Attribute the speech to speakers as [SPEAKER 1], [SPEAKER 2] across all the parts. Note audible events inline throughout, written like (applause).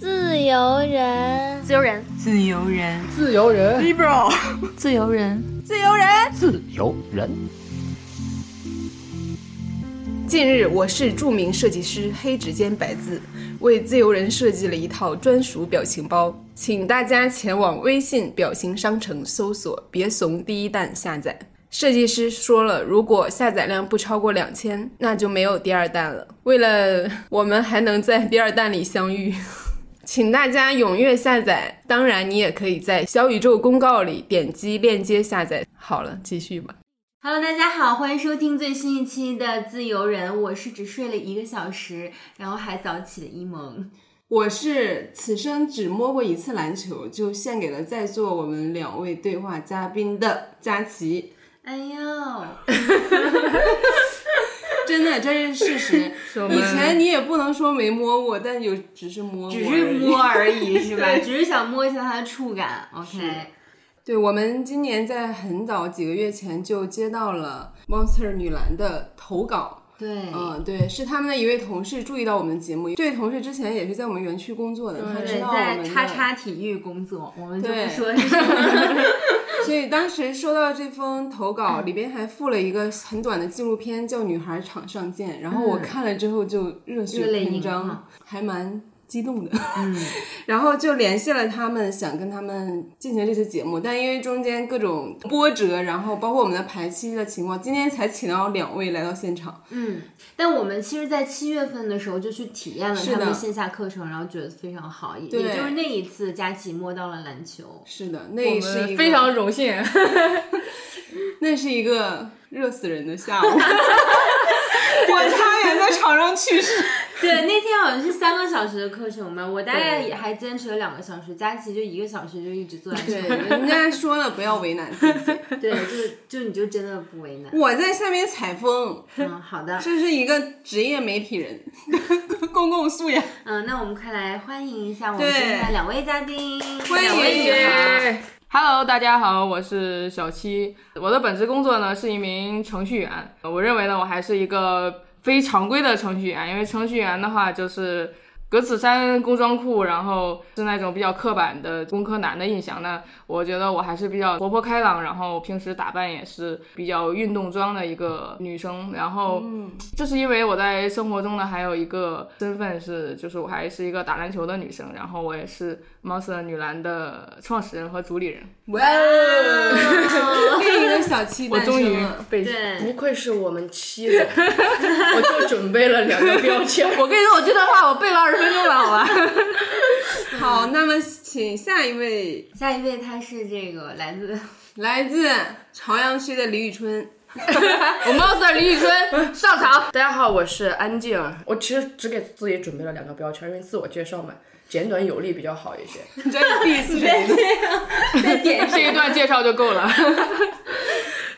[SPEAKER 1] 由人，
[SPEAKER 2] 自由人，
[SPEAKER 3] 自由人
[SPEAKER 4] 自由人，
[SPEAKER 3] ，liberal，
[SPEAKER 2] 自由人，
[SPEAKER 3] 自由人。
[SPEAKER 4] 自由人，
[SPEAKER 3] 近日，我市著名设计师黑指尖白字为自由人设计了一套专属表情包，请大家前往微信表情商城搜索“别怂第一弹”下载。设计师说了，如果下载量不超过两千，那就没有第二弹了。为了我们还能在第二弹里相遇。 (laughs) 请大家踊跃下载，当然你也可以在小宇宙公告里点击链接下载。好了，继续吧。
[SPEAKER 5] Hello，大家好，欢迎收听最新一期的《自由人》，我是只睡了一个小时，然后还早起的一萌。
[SPEAKER 3] 我是此生只摸过一次篮球，就献给了在座我们两位对话嘉宾的佳琪。
[SPEAKER 5] 哎呦，
[SPEAKER 3] 真的，这是事
[SPEAKER 5] (laughs)
[SPEAKER 3] 实。以前你也不能说没摸过，但有只是摸过，
[SPEAKER 5] 只是摸。而已
[SPEAKER 3] (laughs)
[SPEAKER 5] 是吧？只是想摸一下它的触感。OK，
[SPEAKER 3] 对，我们今年在很早几个月前就接到了 Monster 女篮的投稿。
[SPEAKER 5] 对，
[SPEAKER 3] 嗯，对，是他们的一位同事注意到我们的节目。这位同事之前也是在我们园区工作的，他知
[SPEAKER 5] 对，
[SPEAKER 3] 道我们
[SPEAKER 5] 在
[SPEAKER 3] 的
[SPEAKER 5] 叉叉体育工作，我们就
[SPEAKER 3] 对
[SPEAKER 5] 不说是什么。
[SPEAKER 3] 所以当时收到这封投
[SPEAKER 5] 嗯
[SPEAKER 3] 稿，里边还附了一个很短的纪录片，叫《女孩场上见》。然后我看了之后就热
[SPEAKER 5] 嗯
[SPEAKER 3] 血
[SPEAKER 5] 热泪
[SPEAKER 3] 喷
[SPEAKER 5] 盈
[SPEAKER 3] 张
[SPEAKER 5] 眶，嗯
[SPEAKER 3] 还蛮激动的。 (laughs) 然后就联系了他们，想跟他们进行这期节目，但因为中间各种波折，然后包括我们的排期的情况，今天才请到两位来到现场。
[SPEAKER 5] (laughs) 嗯，但我们其实，在七月份的时候就去体验了
[SPEAKER 3] 是
[SPEAKER 5] 他
[SPEAKER 3] 的
[SPEAKER 5] 们线下课程，然后觉得非常好，也也就是那一次，佳琪摸到了篮球。
[SPEAKER 3] 是的，那是一个
[SPEAKER 4] 非常荣幸。
[SPEAKER 3] 那是一个热死人
[SPEAKER 5] (laughs)
[SPEAKER 3] 的下午，我差点在场上去世。
[SPEAKER 5] (laughs) 对，那天好像是三个小时的课程嘛，我大概也还坚持了两个小时，佳琪就一个小时就一直坐在
[SPEAKER 3] 对，
[SPEAKER 5] 那里。
[SPEAKER 3] 人家说了不要为难自己。
[SPEAKER 5] 对，就就你就 (laughs) 真的不为难。
[SPEAKER 3] 我在下面采风，
[SPEAKER 5] 嗯，好的，
[SPEAKER 3] 这是一个职业媒体
[SPEAKER 5] (laughs)
[SPEAKER 3] 人的公共素养。
[SPEAKER 5] 嗯，那我们快来欢迎一下我
[SPEAKER 3] 对
[SPEAKER 5] 们今天的两位嘉宾，
[SPEAKER 3] 欢迎
[SPEAKER 5] 两位女孩
[SPEAKER 6] Hello，大家好，我是小七。我的本职工作呢是一名程序员。我认为呢，我还是一个非常规的程序员，因为程序员的话就是格子衫、工装裤，然后是那种比较刻板的工科男的印象。那我觉得我还是比较活泼开朗，然后平时打扮也是比较运动装的一个女生。然后，这是因为我在生活中呢还有一个身份是，就是我还是一个打篮球的女生，然后我也是 Monster 女篮的创始人和主理人。
[SPEAKER 3] 哇哦，另一个小七
[SPEAKER 6] 我
[SPEAKER 3] 诞
[SPEAKER 6] 终
[SPEAKER 3] 生
[SPEAKER 6] 于
[SPEAKER 3] 了。
[SPEAKER 6] 被
[SPEAKER 4] 不
[SPEAKER 5] 对，
[SPEAKER 4] 愧是我们妻子，我就准备了两个标签。
[SPEAKER 6] (laughs) 我跟你说，我这段话我背了二十分钟了，好吧？
[SPEAKER 4] (laughs)
[SPEAKER 3] 好，那么请下一位，
[SPEAKER 5] 下一位她是这个来自
[SPEAKER 3] 来自朝阳区的李宇春。
[SPEAKER 6] 我们 Monster 李宇春上场。
[SPEAKER 4] 大家好，我是安静。我其实只给自己准备了两个标签，因为自我介绍嘛，简短有力比较好一
[SPEAKER 6] (laughs)
[SPEAKER 4] 些。
[SPEAKER 3] 你知道你第一次谁吗
[SPEAKER 6] 这一段介绍就够了。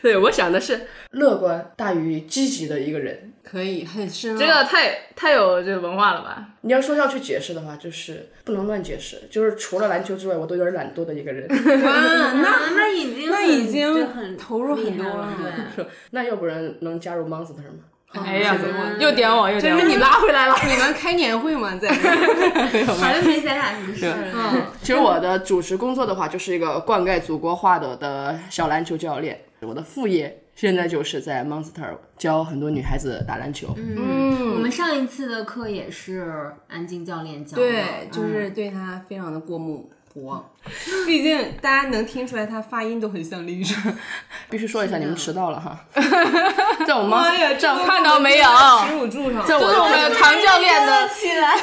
[SPEAKER 4] 对，我想的是乐观大于积极的一个人。
[SPEAKER 3] 可以，很深奥。
[SPEAKER 6] 这个太太有这个文化了吧？
[SPEAKER 4] 你要说要去解释的话，就是不能乱解释。就是除了篮球之外，我都有点懒惰的一个人。
[SPEAKER 3] 哇，那
[SPEAKER 5] 啊，那已经
[SPEAKER 3] 那
[SPEAKER 5] 很
[SPEAKER 3] 已
[SPEAKER 5] 就
[SPEAKER 3] 经
[SPEAKER 5] 很
[SPEAKER 3] 投入很
[SPEAKER 5] 厉
[SPEAKER 3] 多
[SPEAKER 5] 害
[SPEAKER 3] 了
[SPEAKER 5] 了，。对，
[SPEAKER 4] 那要不然能加入 Monster 吗？
[SPEAKER 6] 哎呀
[SPEAKER 3] 嗯是的，
[SPEAKER 6] 又点我，又点我，你拉回 (laughs) 来了。
[SPEAKER 3] (laughs) 你们开年会吗？
[SPEAKER 6] (laughs)
[SPEAKER 3] 在
[SPEAKER 5] 好像没咱啊俩什么事儿。
[SPEAKER 3] 嗯，
[SPEAKER 4] (laughs) 其实我的主职工作的话，就是一个灌溉祖国花朵的小篮球教练。我的副业现在就是在 Monster 教很多女孩子打篮球。
[SPEAKER 5] 嗯
[SPEAKER 3] 嗯
[SPEAKER 5] 我们上一次的课也是安静教练教的，
[SPEAKER 3] 对，就
[SPEAKER 5] 嗯
[SPEAKER 3] 是对他非常的过目不忘。毕竟大家能听出来，他发音都很像李宇春。
[SPEAKER 4] 必须说一下，你们迟到了
[SPEAKER 6] (laughs)
[SPEAKER 4] 哈。在我们
[SPEAKER 3] 妈
[SPEAKER 4] Monster，
[SPEAKER 3] 呀，这都
[SPEAKER 6] 看到没有
[SPEAKER 3] 耻辱柱
[SPEAKER 6] (laughs)
[SPEAKER 3] 上，
[SPEAKER 4] 在我
[SPEAKER 6] 这是我们唐教练
[SPEAKER 4] (laughs)
[SPEAKER 6] 的，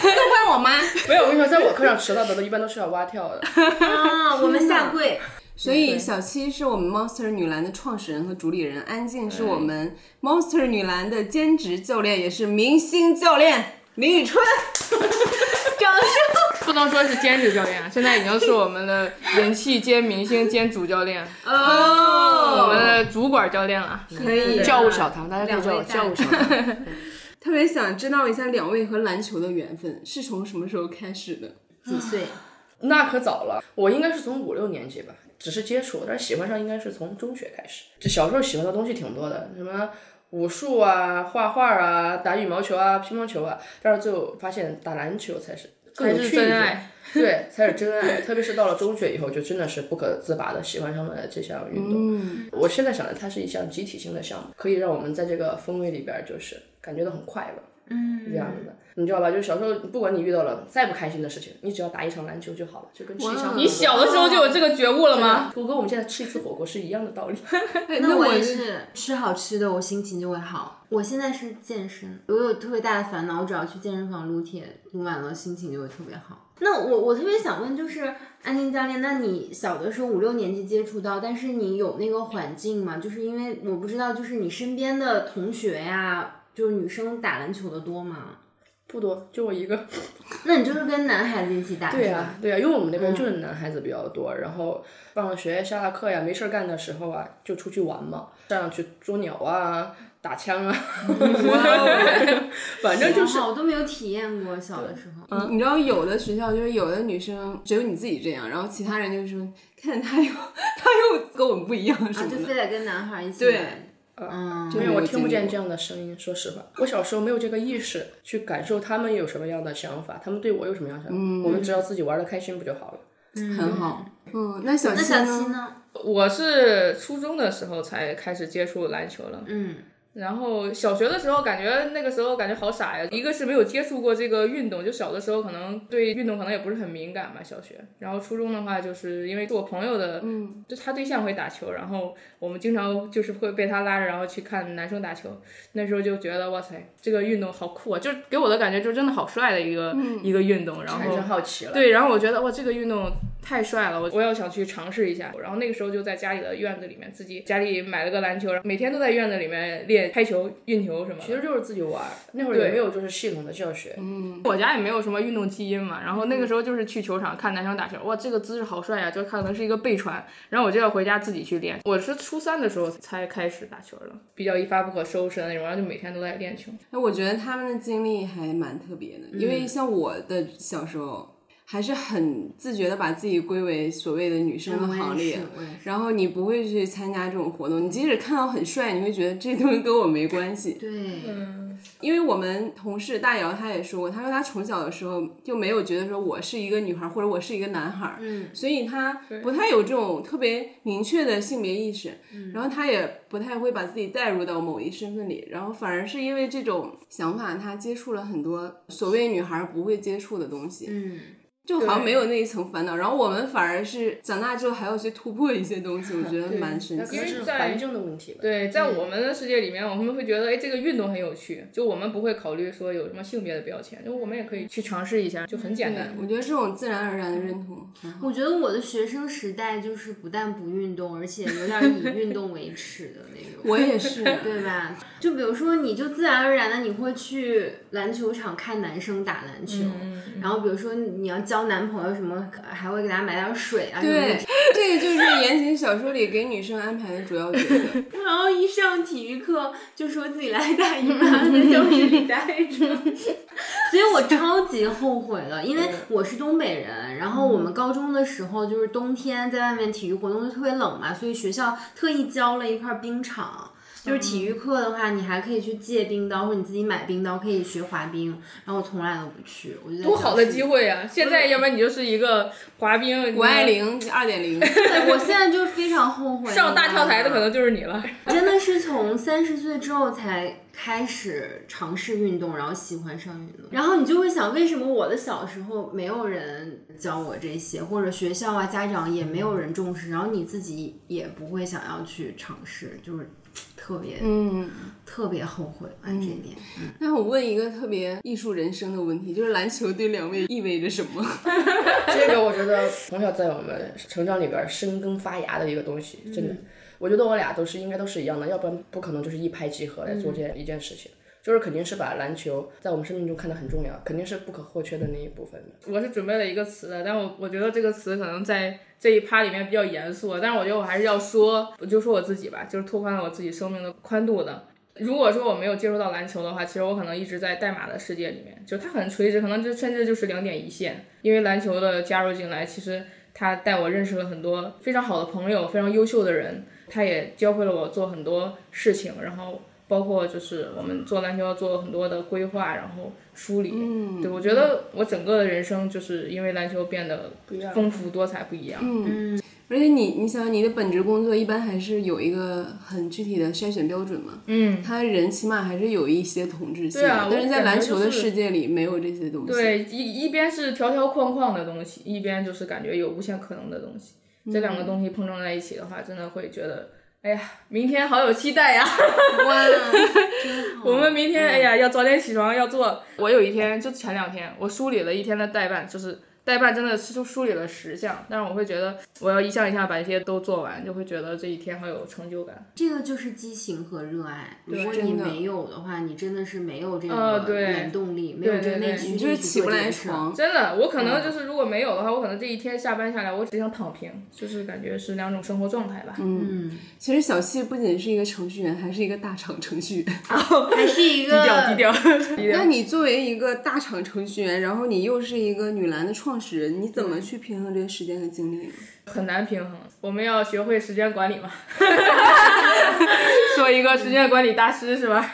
[SPEAKER 3] 都怪我妈。
[SPEAKER 4] 没有，我跟你说，在我课上迟到的都一般都是要蛙跳的。
[SPEAKER 5] 啊，我们下跪。
[SPEAKER 3] 所以小七是我们 Monster 女篮的创始人和主理人，安静是我们 Monster 女篮的兼职教练，也是明星教练林
[SPEAKER 5] (laughs)
[SPEAKER 3] 宇春。掌声！ (laughs)
[SPEAKER 6] 不能说是兼职教练，啊现在已经是我们的人气兼明星兼主教练，
[SPEAKER 5] 哦
[SPEAKER 6] 嗯我们
[SPEAKER 3] 哦，
[SPEAKER 6] 的主管教练了。
[SPEAKER 3] 可以
[SPEAKER 4] 教务小堂，大家都叫
[SPEAKER 5] 两
[SPEAKER 4] 我
[SPEAKER 5] 位大
[SPEAKER 4] 教务小堂。
[SPEAKER 3] 特别想知道一下两位和篮球的缘分是从什么时候开始的？
[SPEAKER 6] 啊
[SPEAKER 5] 几岁？
[SPEAKER 4] 那可早了，我应该是从五六年级吧，只是接触，但是喜欢上应该是从中学开始。这小时候喜欢的东西挺多的，什么武术啊、画画啊、打羽毛球啊、乒乓球啊，但是最后发现打篮球才是更有
[SPEAKER 6] 才是
[SPEAKER 4] 趣一
[SPEAKER 6] 真
[SPEAKER 4] 点
[SPEAKER 6] 爱。
[SPEAKER 4] 对，才是真
[SPEAKER 6] (laughs)
[SPEAKER 4] 爱。特别是到了中学以后，就真的是不可自拔的喜欢上了这项运动。
[SPEAKER 6] 嗯
[SPEAKER 4] 我现在想的，它是一项集体性的项目，可以让我们在这个氛围里边儿，就是感觉到很快乐。
[SPEAKER 5] 嗯
[SPEAKER 4] 这样子的，你知道吧？就是小时候，不管你遇到了再不开心的事情，你只要打一场篮球就好了，就跟吃一啊场火锅。
[SPEAKER 6] 哦你小的时候就有这个觉悟了吗？
[SPEAKER 4] 我跟我们现在吃一次火锅是一样的
[SPEAKER 5] (laughs)
[SPEAKER 4] 道理。
[SPEAKER 5] 哎那我也是吃好吃的，我心情就会好。我现在是健身，我有特别大的烦恼，我只要去健身房撸铁，撸完了心情就会特别好。那我我特别想问，就是安静教练，那你小的时候五六年级接触到，但是你有那个环境吗？就是因为我不知道，就是你身边的同学呀、就是女生打篮球的多吗？哦
[SPEAKER 4] 不多，就我一个。
[SPEAKER 5] 那你就是跟男孩子一起打，
[SPEAKER 4] 对
[SPEAKER 5] 是
[SPEAKER 4] 呀、
[SPEAKER 5] 吧嗯
[SPEAKER 4] 对呀、啊因为我们那边就是男孩子比较多，然后放了学、下了课呀、没事儿干的时候啊，就出去玩嘛，上去捉鸟啊、打枪啊， (laughs) 反正就是
[SPEAKER 5] 哇啊我都没有体验过小的时候。
[SPEAKER 3] 你知道有的学校就是有的女生只有你自己这样，然后其他人就说看她又她又跟我们不一样 (laughs) 什
[SPEAKER 5] 啊，就
[SPEAKER 3] 么的。
[SPEAKER 5] 非得跟男孩一起
[SPEAKER 3] 对
[SPEAKER 5] 玩。嗯，
[SPEAKER 4] 没有，
[SPEAKER 3] 没有
[SPEAKER 4] 我听
[SPEAKER 3] 经
[SPEAKER 4] 不
[SPEAKER 3] 历
[SPEAKER 4] 见
[SPEAKER 3] 过
[SPEAKER 4] 这样的声音。说实话，我小时候没有这个意识去感受他们有什么样的想法，他们对我有什么样的想法。
[SPEAKER 5] 嗯
[SPEAKER 4] 我们只要自己玩的开心不就好了？
[SPEAKER 3] 很好，嗯，那小
[SPEAKER 5] 那
[SPEAKER 3] 七
[SPEAKER 5] 小
[SPEAKER 3] 呢
[SPEAKER 5] 七？呢？
[SPEAKER 6] 我是初中的时候才开始接触篮球了，
[SPEAKER 5] 嗯，
[SPEAKER 6] 然后小学的时候感觉那个时候感觉好傻呀，一个是没有接触过这个运动，就小的时候可能对运动可能也不是很敏感吧，小学。然后初中的话，就是因为是我朋友的，嗯，就他对象会打球，然后我们经常就是会被他拉着，然后去看男生打球。那时候就觉得哇塞，这个运动好酷啊，就是给我的感觉就真的好帅的一个、一个运动。然后
[SPEAKER 4] 产生好奇了。
[SPEAKER 6] 对，然后我觉得哇，这个运动太帅了，我我要想去尝试一下。然后那个时候就在家里的院子里面，自己家里买了个篮球，然后每天都在院子里面练拍球、运球什么
[SPEAKER 4] 其
[SPEAKER 6] 的。
[SPEAKER 4] 实就是自己玩儿，那会儿也没有就是系统的教学，
[SPEAKER 6] 嗯
[SPEAKER 3] 嗯
[SPEAKER 6] 我家也没有什么运动基因嘛，然后那个时候就是去球场看男生打球，哇，这个姿势好帅呀、就可能是一个背传，然后我就要回家自己去练。我是初三的时候才开始打球的，比较一发不可收拾的那种，然后就每天都在练球。
[SPEAKER 3] 那我觉得他们的经历还蛮特别的，
[SPEAKER 5] 嗯
[SPEAKER 3] 因为像我的小时候，还是很自觉的把自己归为所谓的女生的行
[SPEAKER 5] 嗯我也
[SPEAKER 3] 列
[SPEAKER 5] 是，。我也是。
[SPEAKER 3] 然后你不会去参加这种活动，你即使看到很帅，你会觉得这东西跟我没关系。
[SPEAKER 5] 对，
[SPEAKER 6] 嗯
[SPEAKER 3] 因为我们同事大姚他也说过，他说他从小的时候就没有觉得说我是一个女孩儿或者我是一个男孩，
[SPEAKER 5] 嗯，
[SPEAKER 3] 所以他不太有这种特别明确的性别意识，
[SPEAKER 6] 嗯
[SPEAKER 5] 嗯
[SPEAKER 3] 然后他也不太会把自己带入到某一身份里，然后反而是因为这种想法，他接触了很多所谓女孩不会接触的东西，
[SPEAKER 5] 嗯，
[SPEAKER 3] 就好像没有那一层烦恼。然后我们反而是长大之后还要去突破一些东西，我觉
[SPEAKER 4] (laughs)
[SPEAKER 3] 得蛮神
[SPEAKER 4] 那可
[SPEAKER 3] 奇
[SPEAKER 4] 能
[SPEAKER 6] 因为
[SPEAKER 4] 是
[SPEAKER 6] 在
[SPEAKER 4] 环境的问题吧。
[SPEAKER 6] 对，
[SPEAKER 3] 嗯
[SPEAKER 6] 在我们的世界里面，我们会觉得，哎，这个运动很有趣，就我们不会考虑说有什么性别的标签，就我们也可以去尝试一下，就很简单
[SPEAKER 3] 嗯的。。我觉得这种自然而然的认同很好。
[SPEAKER 5] 我觉得我的学生时代就是不但不运动，而且有点
[SPEAKER 3] (laughs)
[SPEAKER 5] 以运动为耻的那种。
[SPEAKER 3] 我也是，
[SPEAKER 5] (laughs) 对吧？就比如说，你就自然而然的你会去篮球场看男生打篮球，
[SPEAKER 3] 嗯
[SPEAKER 5] 然后比如说你要交男朋友什么，还会给他买点水啊什么的
[SPEAKER 3] 对，这个
[SPEAKER 6] (laughs)
[SPEAKER 3] 就是言情小说里给女生安排的主要角色。
[SPEAKER 5] 然后一上体育课就说自己来大姨妈，在教
[SPEAKER 1] 嗯
[SPEAKER 5] 室里待着。所以我超级后悔了，因为我是东北人，然后我们高中的时候就是冬天在外面体育活动就特别冷嘛，所以学校特意交了一块冰场。就是体育课的话，你还可以去借冰刀，或者你自己买冰刀，可以学滑冰。然后我从来都不去，我就
[SPEAKER 6] 多好的机
[SPEAKER 5] 会。
[SPEAKER 6] 会呀、现在，要不然你就是一个滑冰，
[SPEAKER 3] 谷爱凌二点
[SPEAKER 6] (laughs)
[SPEAKER 3] 零，
[SPEAKER 5] 对，我现在就非常后悔。
[SPEAKER 6] 上大跳台的
[SPEAKER 5] 你知道吗
[SPEAKER 6] 可能就是你了。
[SPEAKER 5] 真的是从三十岁之后才开始尝试运动，然后喜欢上运动，然后你就会想，为什么我的小时候没有人教我这些，或者学校啊、家长也没有人重视，然后你自己也不会想要去尝试，就是特别、
[SPEAKER 3] 嗯。
[SPEAKER 5] 特别后悔啊这一点。
[SPEAKER 3] 那我问一个特别艺术人生的问题，就是篮球对两位意味着什么？ (laughs)
[SPEAKER 4] 这个我觉得从小在我们成长里边儿生根发芽的一个东西，真
[SPEAKER 6] 嗯
[SPEAKER 4] 的。我觉得我俩都是应该都是一样的，要不然不可能就是一拍即合来做
[SPEAKER 6] 嗯
[SPEAKER 4] 这一件事情。就是肯定是把篮球在我们生命中看得很重要，肯定是不可或缺的那一部分的。
[SPEAKER 6] 我是准备了一个词的，但我我觉得这个词可能在这一趴里面比较严肃，但是我觉得我还是要说，我就说我自己吧，就是拓宽了我自己生命的宽度的。如果说我没有接触到篮球的话，其实我可能一直在代码的世界里面，就它很垂直，可能就甚至就是两点一线。因为篮球的加入进来，其实它带我认识了很多非常好的朋友，非常优秀的人，它也教会了我做很多事情，然后包括就是我们做篮球要做很多的规划，然后梳理。嗯，对我觉得我整个人生就是因为篮球变得
[SPEAKER 4] 不一样嗯
[SPEAKER 6] 丰富多彩不一样。
[SPEAKER 3] 嗯
[SPEAKER 6] 嗯
[SPEAKER 3] 而且你，你想你的本职工作一般还是有一个很具体的筛选标准嘛？嗯，他人起码还是有一些统治性的，
[SPEAKER 6] 对啊
[SPEAKER 3] 但是在
[SPEAKER 6] 我感觉
[SPEAKER 3] 篮球的
[SPEAKER 6] 就是
[SPEAKER 3] 世界里没有这些
[SPEAKER 5] 嗯
[SPEAKER 3] 东西。
[SPEAKER 6] 对，一一边是条条框框的东西，一边就是感觉有无限可能的东西。这
[SPEAKER 5] 嗯
[SPEAKER 6] 两个东西碰撞在一起的话，真的会觉得，哎呀，明天好有期待呀！
[SPEAKER 5] 哇，真好。嗯
[SPEAKER 6] (laughs) 我们明天，哎呀，要早点起床，要做。我有一天，就前两天，我梳理了一天的代办，就是代办真的是就梳理了十项，但是我会觉得，我要一项一项把这些都做完，就会觉得这一天好有成就感。
[SPEAKER 5] 这个就是激情和热爱。如果你
[SPEAKER 3] 真的
[SPEAKER 5] 没有的话，你真的是没有这
[SPEAKER 6] 呃
[SPEAKER 3] 哦
[SPEAKER 5] 个
[SPEAKER 6] 对
[SPEAKER 5] 原动力，没有这个
[SPEAKER 6] 对对
[SPEAKER 5] 内
[SPEAKER 6] 对
[SPEAKER 5] 驱
[SPEAKER 3] 你
[SPEAKER 5] 力
[SPEAKER 3] 就
[SPEAKER 5] 去
[SPEAKER 3] 是起不
[SPEAKER 5] 做这
[SPEAKER 3] 来
[SPEAKER 5] 个事儿
[SPEAKER 3] 床。嗯
[SPEAKER 6] 真的，我可能就是如果没有的话，我可能这一天下班下来，我只想躺平，就是感觉是两种生活状态吧。
[SPEAKER 5] 嗯，
[SPEAKER 3] 其实小谢不仅是一个程序员，还是一个大厂程序员。
[SPEAKER 6] (laughs) 哦
[SPEAKER 5] 还是一个
[SPEAKER 6] 低调低调。
[SPEAKER 3] 那你作为一个大厂程序员，然后你又是一个女篮的创始人，你怎么去平衡这些时间和精力呢？
[SPEAKER 6] 嗯很难平衡，嗯我们要学会时间管理
[SPEAKER 3] (laughs)
[SPEAKER 6] 嘛。 (laughs) 做一个时间管理大师是吧？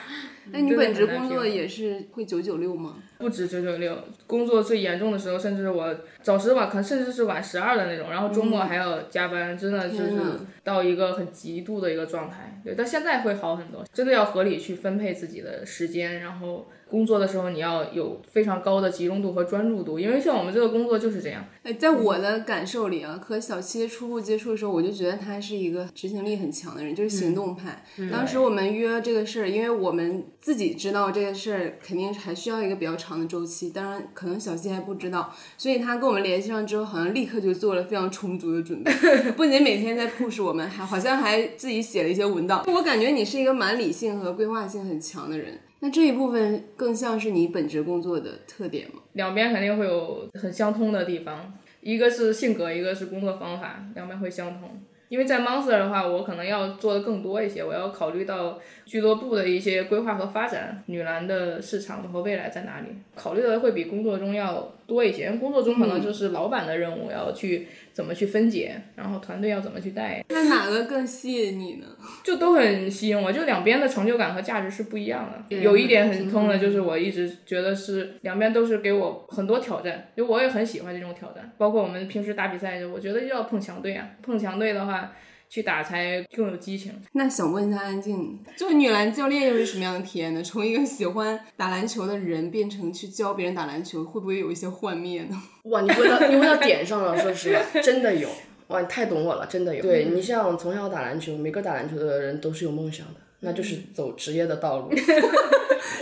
[SPEAKER 3] 那你
[SPEAKER 6] 真的
[SPEAKER 3] 本
[SPEAKER 6] 很
[SPEAKER 3] 职
[SPEAKER 6] 难
[SPEAKER 3] 工
[SPEAKER 6] 平
[SPEAKER 3] 作
[SPEAKER 6] 衡
[SPEAKER 3] 也是会九九六吗？
[SPEAKER 6] 不止九九六，工作最严重的时候，甚至我早十晚，可能甚至是晚十二的那种，然后周末还要加班，真的就是
[SPEAKER 3] 天哪
[SPEAKER 6] 到一个很极度的一个状态。对，但现在会好很多，真的要合理去分配自己的时间，然后工作的时候你要有非常高的集中度和专注度，因为像我们这个工作就是这样。
[SPEAKER 3] 哎，在我的感受里啊，和小七初步接触的时候，我就觉得他是一个执行力很强的人，就是行动派。当时我们约这个事儿，因为我们自己知道这个事儿肯定还需要一个比较长的周期，当然可能小七还不知道，所以他跟我们联系上之后，好像立刻就做了非常充足的准备，不仅每天在 push 我们，还好像还自己写了一些文档。我感觉你是一个蛮理性和规划性很强的人，那这一部分更像是你本职工作的特点吗？
[SPEAKER 6] 两边肯定会有很相通的地方，一个是性格，一个是工作方法，两边会相通。因为在 Monster 的话，我可能要做的更多一些，我要考虑到俱乐部的一些规划和发展，女篮的市场和未来在哪里，考虑的会比工作中要多一些。因为工作中可能就是老板的任务要去怎么去分解，然后团队要怎么去带，
[SPEAKER 3] 那哪个更吸引你呢？
[SPEAKER 6] 就都很吸引我，就两边的成就感和价值是不一样的。有一点很
[SPEAKER 3] 嗯
[SPEAKER 6] 通的，就是我一直觉得是两边都是给我很多挑战，就我也很喜欢这种挑战。包括我们平时打比赛，我觉得就要碰强队啊，碰强队的话，去打才更有激情。
[SPEAKER 3] 那想问一下安静，做女篮教练又是什么样的体验呢？从一个喜欢打篮球的人变成去教别人打篮球，会不会有一些幻灭呢？ (laughs)
[SPEAKER 4] 哇，你问到你问到点上了，说实 (laughs) 话，真的有。哇，你太懂我了，真的有。嗯对你像从小打篮球，每个打篮球的人都是有梦想的，那就是走职业的道 (laughs) 路。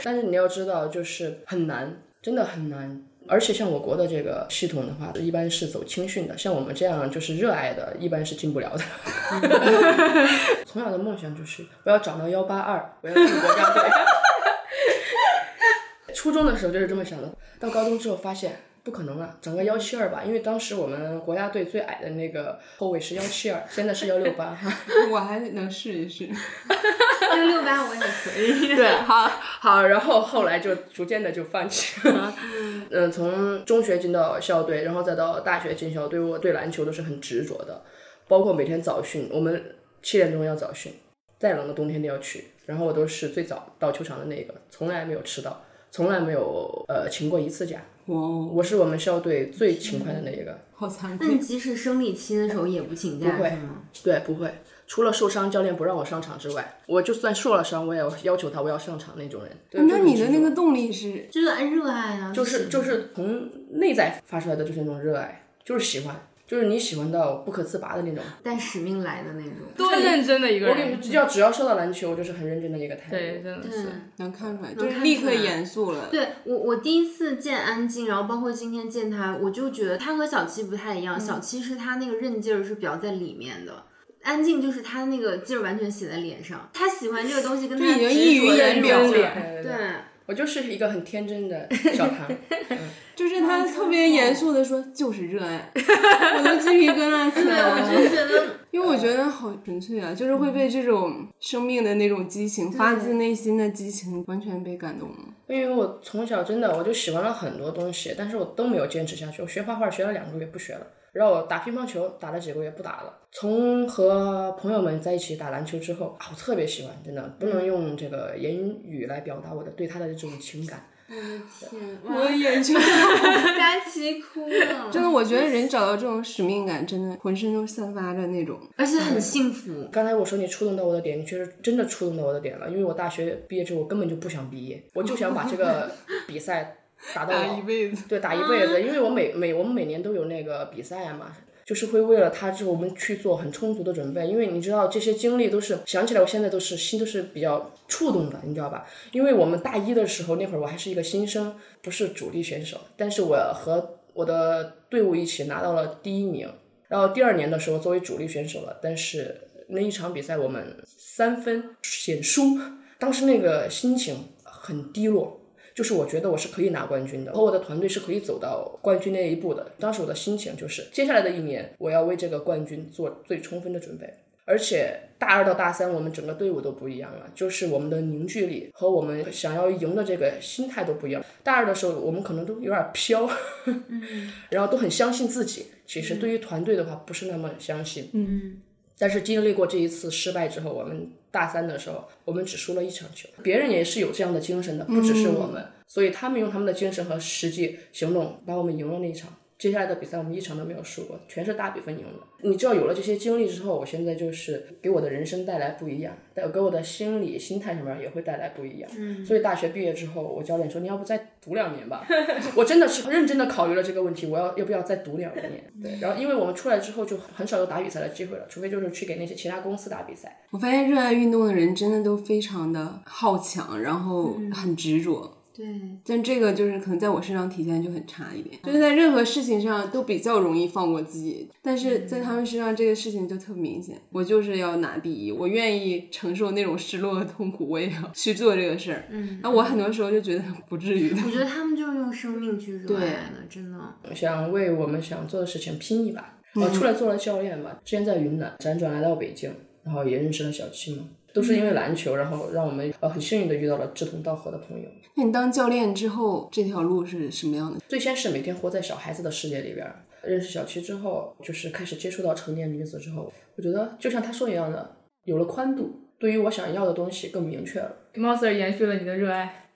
[SPEAKER 4] 但是你要知道，就是很难，真的很难。而且像我国的这个系统的话，一般是走青训的，像我们这样就是热爱的，一般是进不了的。 (laughs) 从小的梦想就是我要长到幺八二，我要进国家队。初中的时候就是这么想的，到高中之后发现不可能了，长个幺七二吧，因为当时我们国家队最矮的那个后卫是幺七二，现在是幺六八。 (laughs)
[SPEAKER 3] 我还能试一试。
[SPEAKER 5] (laughs) 六六八，我也可以。
[SPEAKER 4] 对，好好，然后后来就逐渐的就放弃了。 (laughs) 嗯，从中学进到校队，然后再到大学进校队，我对篮球都是很执着的，包括每天早训，我们七点钟要早训，再冷的冬天都要去，然后我都是最早到球场的那个，从来没有迟到，从来没有呃请过一次假，
[SPEAKER 3] 哇哦，
[SPEAKER 4] 我是我们校队最勤快的那一个。
[SPEAKER 3] 好惭
[SPEAKER 5] 那你
[SPEAKER 3] 愧。
[SPEAKER 5] 即使生理期的时候也不请假
[SPEAKER 4] 不会
[SPEAKER 5] 是吗？
[SPEAKER 4] 对，不会。除了受伤，教练不让我上场之外，我就算受了伤，我也要要求他我要上场那种人。对
[SPEAKER 3] 哦那你的那，
[SPEAKER 4] 就很执着
[SPEAKER 3] 个动力是
[SPEAKER 5] 就是按热爱啊，就
[SPEAKER 4] 就是就是从内在发出来的，就是那种热爱，就是喜欢，就是你喜欢到不可自拔的那种。
[SPEAKER 5] 带使命来的那种。
[SPEAKER 6] 多认真的一个
[SPEAKER 4] 我跟你
[SPEAKER 6] 人，
[SPEAKER 4] 只要只要说到篮球，我就是很认真的一个态度。
[SPEAKER 6] 对，真的是。
[SPEAKER 3] 能看出来，就是立刻严肃了。
[SPEAKER 5] 对我，我第一次见安静，然后包括今天见他，我就觉得他和小七不太
[SPEAKER 3] 嗯
[SPEAKER 5] 一样。小七是他那个韧劲儿是比较在里面的，安静就是他那个劲儿完全写在脸上。他喜欢这个东西，跟他
[SPEAKER 3] 已经溢于言表
[SPEAKER 5] 了。
[SPEAKER 6] 了
[SPEAKER 4] 对
[SPEAKER 5] 对，
[SPEAKER 4] 我就是一个很天真的小唐。
[SPEAKER 3] 就是他特别严肃的说，就是热爱，
[SPEAKER 4] (laughs)
[SPEAKER 3] 我都鸡皮疙瘩起
[SPEAKER 5] 对，
[SPEAKER 3] 来
[SPEAKER 5] 我
[SPEAKER 3] 了。
[SPEAKER 5] 就觉得
[SPEAKER 3] 因为我觉得好纯粹啊，就是会被这种生命的那种激情，发自内心的激情，完全被感动了。
[SPEAKER 4] 因为我从小真的我就喜欢了很多东西，但是我都没有坚持下去。我学画画学了两个月不学了，然后我打乒乓球打了几个月不打了。从和朋友们在一起打篮球之
[SPEAKER 5] 嗯
[SPEAKER 4] 后啊，我特别喜欢，真的不能用这个言语来表达我的对他的这种情感。
[SPEAKER 5] 我的天，
[SPEAKER 3] 我
[SPEAKER 5] 哇
[SPEAKER 3] 的，眼
[SPEAKER 5] (laughs)
[SPEAKER 3] 圈。
[SPEAKER 5] 佳琪哭了，
[SPEAKER 3] (laughs) 真的，我觉得人找到这种使命感，真的浑身都散发着那种。嗯
[SPEAKER 5] 而且很幸福。
[SPEAKER 4] 刚才我说你触动到我的点，你确实真的触动到我的点了。因为我大学毕业之后，我根本就不想毕业，我就想把这个比赛打
[SPEAKER 3] (laughs)
[SPEAKER 4] 到老
[SPEAKER 3] 辈子，
[SPEAKER 4] 对，打一辈子。因为我每每我们每年都有那个比赛嘛，就是会为了它之后我们去做很充足的准备。因为你知道这些经历都是想起来，我现在都是心都是比较触动的，你知道吧？因为我们大一的时候那会儿我还是一个新生，不是主力选手，但是我和我的队伍一起拿到了第一名。然后第二年的时候作为主力选手了，但是那一场比赛我们三分险输，当时那个心情很低落，就是我觉得我是可以拿冠军的，和我的团队是可以走到冠军那一步的。当时我的心情就是，接下来的一年我要为这个冠军做最充分的准备。而且大二到大三，我们整个队伍都不一样了，就是我们的凝聚力和我们想要赢的这个心态都不一样。大二的时候，我们可能都有点飘， (laughs)
[SPEAKER 5] 嗯
[SPEAKER 4] 然后都很相信自己。其实对于团队的话，不是那么相信。
[SPEAKER 5] 嗯，
[SPEAKER 4] 但是经历过这一次失败之后，我们大三的时候，我们只输了一场球。别人也是有这样的精神的，不只是我们，所以他们用他们的精神和实际行动把我们赢了那一场。接下来的比赛我们一场都没有输过，全是大比分赢了。你知道有了这些经历之后，我现在就是给我的人生带来不一样，带给我的心理、心态上面也会带来不一样。所以大学毕业之后，我教练说你要不再读两年吧？我真的是认真的考虑了这个问题，我要要不要再读两年？对，然后因为我们出来之后就很少有打比赛的机会了，除非就是去给那些其他公司打比赛。
[SPEAKER 3] 我发现热爱运动的人真的都非常的好强，然后
[SPEAKER 4] 嗯
[SPEAKER 3] 很执着。
[SPEAKER 5] 对，
[SPEAKER 3] 但这个就是可能在我身上体现就很差一点，就是在任何事情上都比较容易放过自己，但是
[SPEAKER 5] 嗯
[SPEAKER 3] 在他们身上这个事情就特别明显。我就是要拿第一，我愿意承受那种失落和痛苦，我也要去做这个事儿。
[SPEAKER 5] 嗯
[SPEAKER 3] 那啊我很多时候就觉得不至于的。
[SPEAKER 5] 我觉得他们就是用生命去热
[SPEAKER 3] 对
[SPEAKER 5] 爱的，真的。
[SPEAKER 4] 想为我们想做的事情拼一把。我出来做了教练嘛，之前在云南辗转来到北京，然后也认识了小七嘛，都是因为篮球，然后让我们呃很幸运的遇到了志同道合的朋友。
[SPEAKER 3] (laughs) 那你当教练之后，这条路是什么样的？
[SPEAKER 4] 最先是每天活在小孩子的世界里边儿。认识小七之后，就是开始接触到成年女子之后，我觉得就像他说一样的，有了宽度，对于我想要的东西更明确了。
[SPEAKER 6] Monster 延续了你的热爱，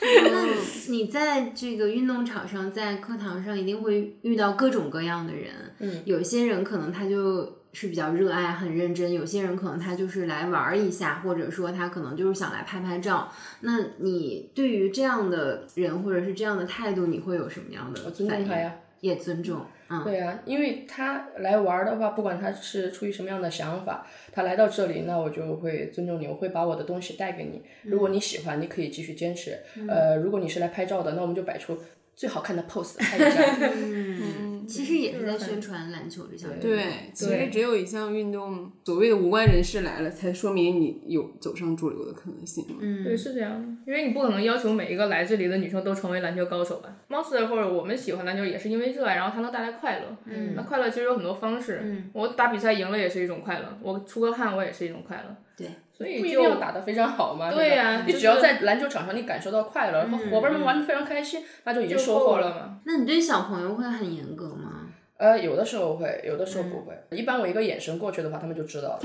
[SPEAKER 5] 那你在这个运动场上，在课堂上一定会遇到各种各样的人。
[SPEAKER 4] 嗯，
[SPEAKER 5] 有些人可能他就是比较热爱、很认真；有些人可能他就是来玩儿一下，或者说他可能就是想来拍拍照。那你对于这样的人或者是这样的态度，你会有什么样的
[SPEAKER 4] 我尊
[SPEAKER 5] 反
[SPEAKER 4] 重
[SPEAKER 5] 应？
[SPEAKER 4] 他呀，
[SPEAKER 5] 也尊重，嗯，
[SPEAKER 4] 对呀、因为他来玩儿的话，不管他是出于什么样的想法，他来到这里，那我就会尊重你，我会把我的东西带给你。如果你喜欢，你可以继续坚持。呃，如果你是来拍照的，那我们就摆出最好看的 pose 拍一下。
[SPEAKER 5] 嗯，其实也是在宣传篮球这项运动。
[SPEAKER 3] 对，其实只有一项运动所谓的无关人士来了，才说明你有走上主流的可能性嘛。
[SPEAKER 4] 嗯
[SPEAKER 6] 对，是这样的，因为你不可能要求每一个来这里的女生都成为篮球高手吧。Monster 或者我们喜欢篮球也是因为热爱，然后它能带来快乐。嗯，那快乐其实有很多方式。嗯，我打比赛赢了也是一种快乐，我出个汗我也是一种快乐。
[SPEAKER 5] 对，
[SPEAKER 6] 所
[SPEAKER 4] 不一
[SPEAKER 6] 以
[SPEAKER 4] 定要
[SPEAKER 6] 就
[SPEAKER 4] 打得非常好嘛。
[SPEAKER 6] 对
[SPEAKER 4] 吧
[SPEAKER 6] 呀
[SPEAKER 4] 你
[SPEAKER 6] 就
[SPEAKER 4] 只要
[SPEAKER 6] 是
[SPEAKER 4] 在篮球场上你感受到快乐，和伙伴们玩得非常开心，那就已经
[SPEAKER 6] 就
[SPEAKER 4] 收
[SPEAKER 6] 够
[SPEAKER 4] 获
[SPEAKER 6] 了
[SPEAKER 4] 了。
[SPEAKER 6] 嘛。
[SPEAKER 5] 那你对小朋友会很严格吗？ (laughs)
[SPEAKER 4] 呃，有的时候会，有的时候不会。一般我一个眼神过去的话，他们就知道了。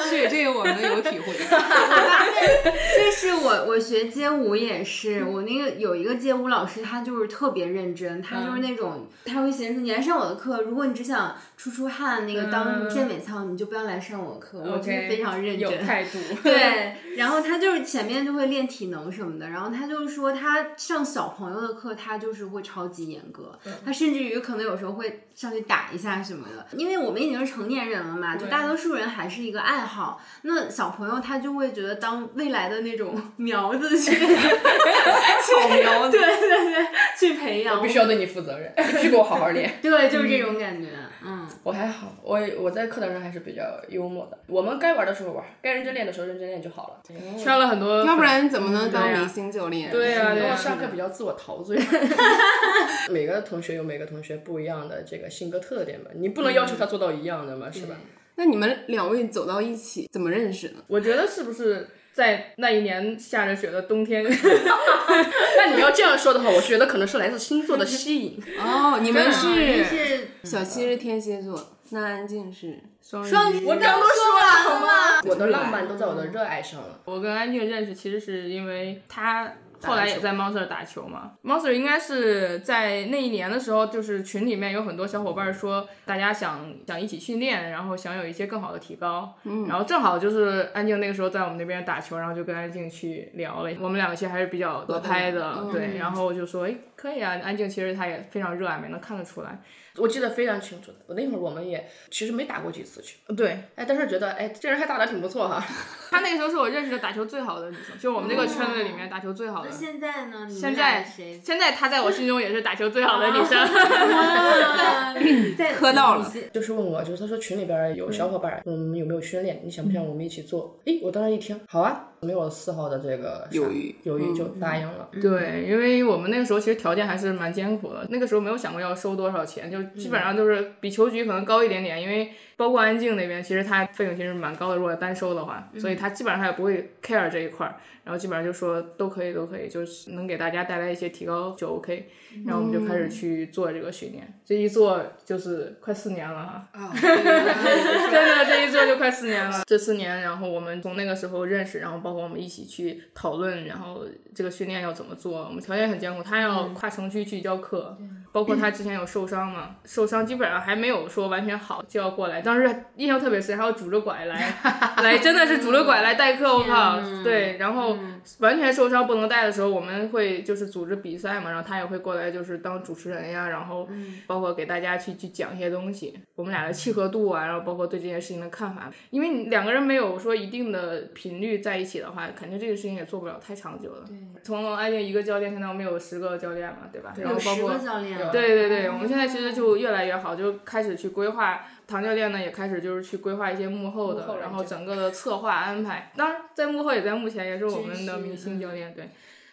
[SPEAKER 3] 是这个我们有体会。
[SPEAKER 5] (laughs) 这是我我学街舞也是，我那个有一个街舞老师，他就是特别认真，他
[SPEAKER 6] 嗯
[SPEAKER 5] 就是那种、他会寻思你来上我的课，如果你只想出出汗，那个当健美操，你就不要来上我的课，我真的
[SPEAKER 6] 嗯 OK，
[SPEAKER 5] 非常认真。 (laughs)
[SPEAKER 6] 有态度。
[SPEAKER 1] (laughs)
[SPEAKER 5] 对，然后他就是前面就会练体能什么的，然后他就是说他上小朋友的课，他就是会超级严格，他甚至于可能有时候会上去打一下什么的，因为我们已经是成年人了嘛，就大多数人还是一个爱好，那小朋友他就会觉得当未来的那种 (laughs) 苗子去， (laughs)
[SPEAKER 3] 小苗子
[SPEAKER 5] 对对对，去培养，
[SPEAKER 4] 啊必须要对你负责任，必须给我好好练。
[SPEAKER 5] (laughs) 对，就是这种感觉，嗯
[SPEAKER 4] 我还好，我我在课堂上还是比较幽默的。我们该玩的时候玩，该认真练的时候认真练就好了。
[SPEAKER 6] 圈了很
[SPEAKER 5] 嗯
[SPEAKER 6] 多，
[SPEAKER 3] 要不然怎么能当
[SPEAKER 6] 对
[SPEAKER 5] 啊
[SPEAKER 6] 呀
[SPEAKER 3] 明星教练？
[SPEAKER 6] 对呀、对
[SPEAKER 4] 然
[SPEAKER 6] 呀、
[SPEAKER 4] 后上课比较嗯自我
[SPEAKER 5] (laughs)
[SPEAKER 4] 陶醉。每个同学有每个同学不一样的这个性格特点嘛，你不能要求他做到一样的嘛，
[SPEAKER 5] 嗯
[SPEAKER 4] 是吧？
[SPEAKER 3] 那你们两位走到一起怎么认识的？
[SPEAKER 6] 我觉得是不是在那一年下着雪的冬天， (laughs)
[SPEAKER 4] 那你要这样说的话，我觉得可能是来自星座的吸引。
[SPEAKER 3] 哦，你们
[SPEAKER 5] 就是是
[SPEAKER 3] 小七是天蝎座，那安静是
[SPEAKER 6] 双鱼
[SPEAKER 5] 双鱼
[SPEAKER 6] 我
[SPEAKER 5] 刚刚说完了吗？
[SPEAKER 4] 我的浪漫都在我的热爱上了。
[SPEAKER 6] 我跟安静认识，其实是因为他
[SPEAKER 4] 打
[SPEAKER 6] 后来
[SPEAKER 4] 篮
[SPEAKER 6] 也
[SPEAKER 4] 球
[SPEAKER 6] 在 Monster 打球嘛。Monster 应该是在那一年的时候，就是群里面有很多小伙伴说，大家想想一起训练，然后想有一些更好的提高。嗯，然后正好就是安静那个时候在我们那边打球，然后就跟安静去聊了。我们两个其实还是比较
[SPEAKER 4] 嗯
[SPEAKER 6] 合拍的，嗯对。然后我就说，哎，可以啊。安静其实她也非常热爱美，能看得出来。
[SPEAKER 4] 我记得非常清楚的。我那会儿我们也其实没打过几次球，
[SPEAKER 6] 对，
[SPEAKER 4] 哎，但是觉得哎，这人还打得挺不错哈。
[SPEAKER 6] 她那个时候是我认识的打球最好的女生，就我们这个圈子里面打球最好的。
[SPEAKER 5] 现在呢？你们
[SPEAKER 6] 现在
[SPEAKER 5] 俩谁
[SPEAKER 6] 现在她在我心中也是打球最好的女生。 (laughs)
[SPEAKER 5] 啊在
[SPEAKER 3] 磕到了
[SPEAKER 5] 你是
[SPEAKER 4] 就是问我，就是他说群里边儿有小伙伴儿，
[SPEAKER 6] 嗯
[SPEAKER 4] 我们有没有训练？你想不想我们一起做？诶，我当时一听，好啊，没有四号的这个啥
[SPEAKER 3] 犹豫
[SPEAKER 4] 犹豫
[SPEAKER 6] 嗯
[SPEAKER 4] 就答应了。
[SPEAKER 6] 对，因为我们那个时候其实条件还是蛮艰苦的，那个时候没有想过要收多少钱，就基本上就是比球局可能高一点点，因为包括安静那边，其实它费用其实蛮高的，如果单收的话，所以他基本上他也不会 care 这一块儿，然后基本上就说都可以，都可以，就是能给大家带来一些提高就 OK，然后我们就开始去做这个训练，这一做就是快四年了哈。 (laughs) 真的这一做就快四年了。这四年，然后我们从那个时候认识，然后包括我们一起去讨论，然后这个训练要怎么做。我们条件很艰苦，他要跨城区去教课，包括他之前有受伤嘛，受伤基本上还没有说完全好就要过来。当时印象特别深，还要拄着拐来来，真的是拄着拐来代课，我靠
[SPEAKER 5] 天，哪
[SPEAKER 6] 对，然后。
[SPEAKER 5] 嗯
[SPEAKER 6] 完全受伤不能带的时候，我们会就是组织比赛嘛，然后他也会过来就是当主持人呀，然后
[SPEAKER 5] 嗯
[SPEAKER 6] 包括给大家去去讲一些东西，我们俩的契合度啊，然后包括对这件事情的看法，因为你两个人没有说一定的频率在一起的话，肯定这个事情也做不了太长久的。从安静一个教练，现在我们有十个教练嘛，对吧？然后
[SPEAKER 5] 有
[SPEAKER 6] 包
[SPEAKER 5] 十
[SPEAKER 6] 括
[SPEAKER 5] 个教练了，
[SPEAKER 6] 对对对，我们现在其实就越来越好，就开始去规划。唐教练呢也开始就是去规划一些幕后的，
[SPEAKER 4] 幕后
[SPEAKER 6] 然
[SPEAKER 4] 软
[SPEAKER 6] 后
[SPEAKER 4] 件
[SPEAKER 6] 整个的策划安排。当然，在幕后也在幕前，也是我们的明星教练，对。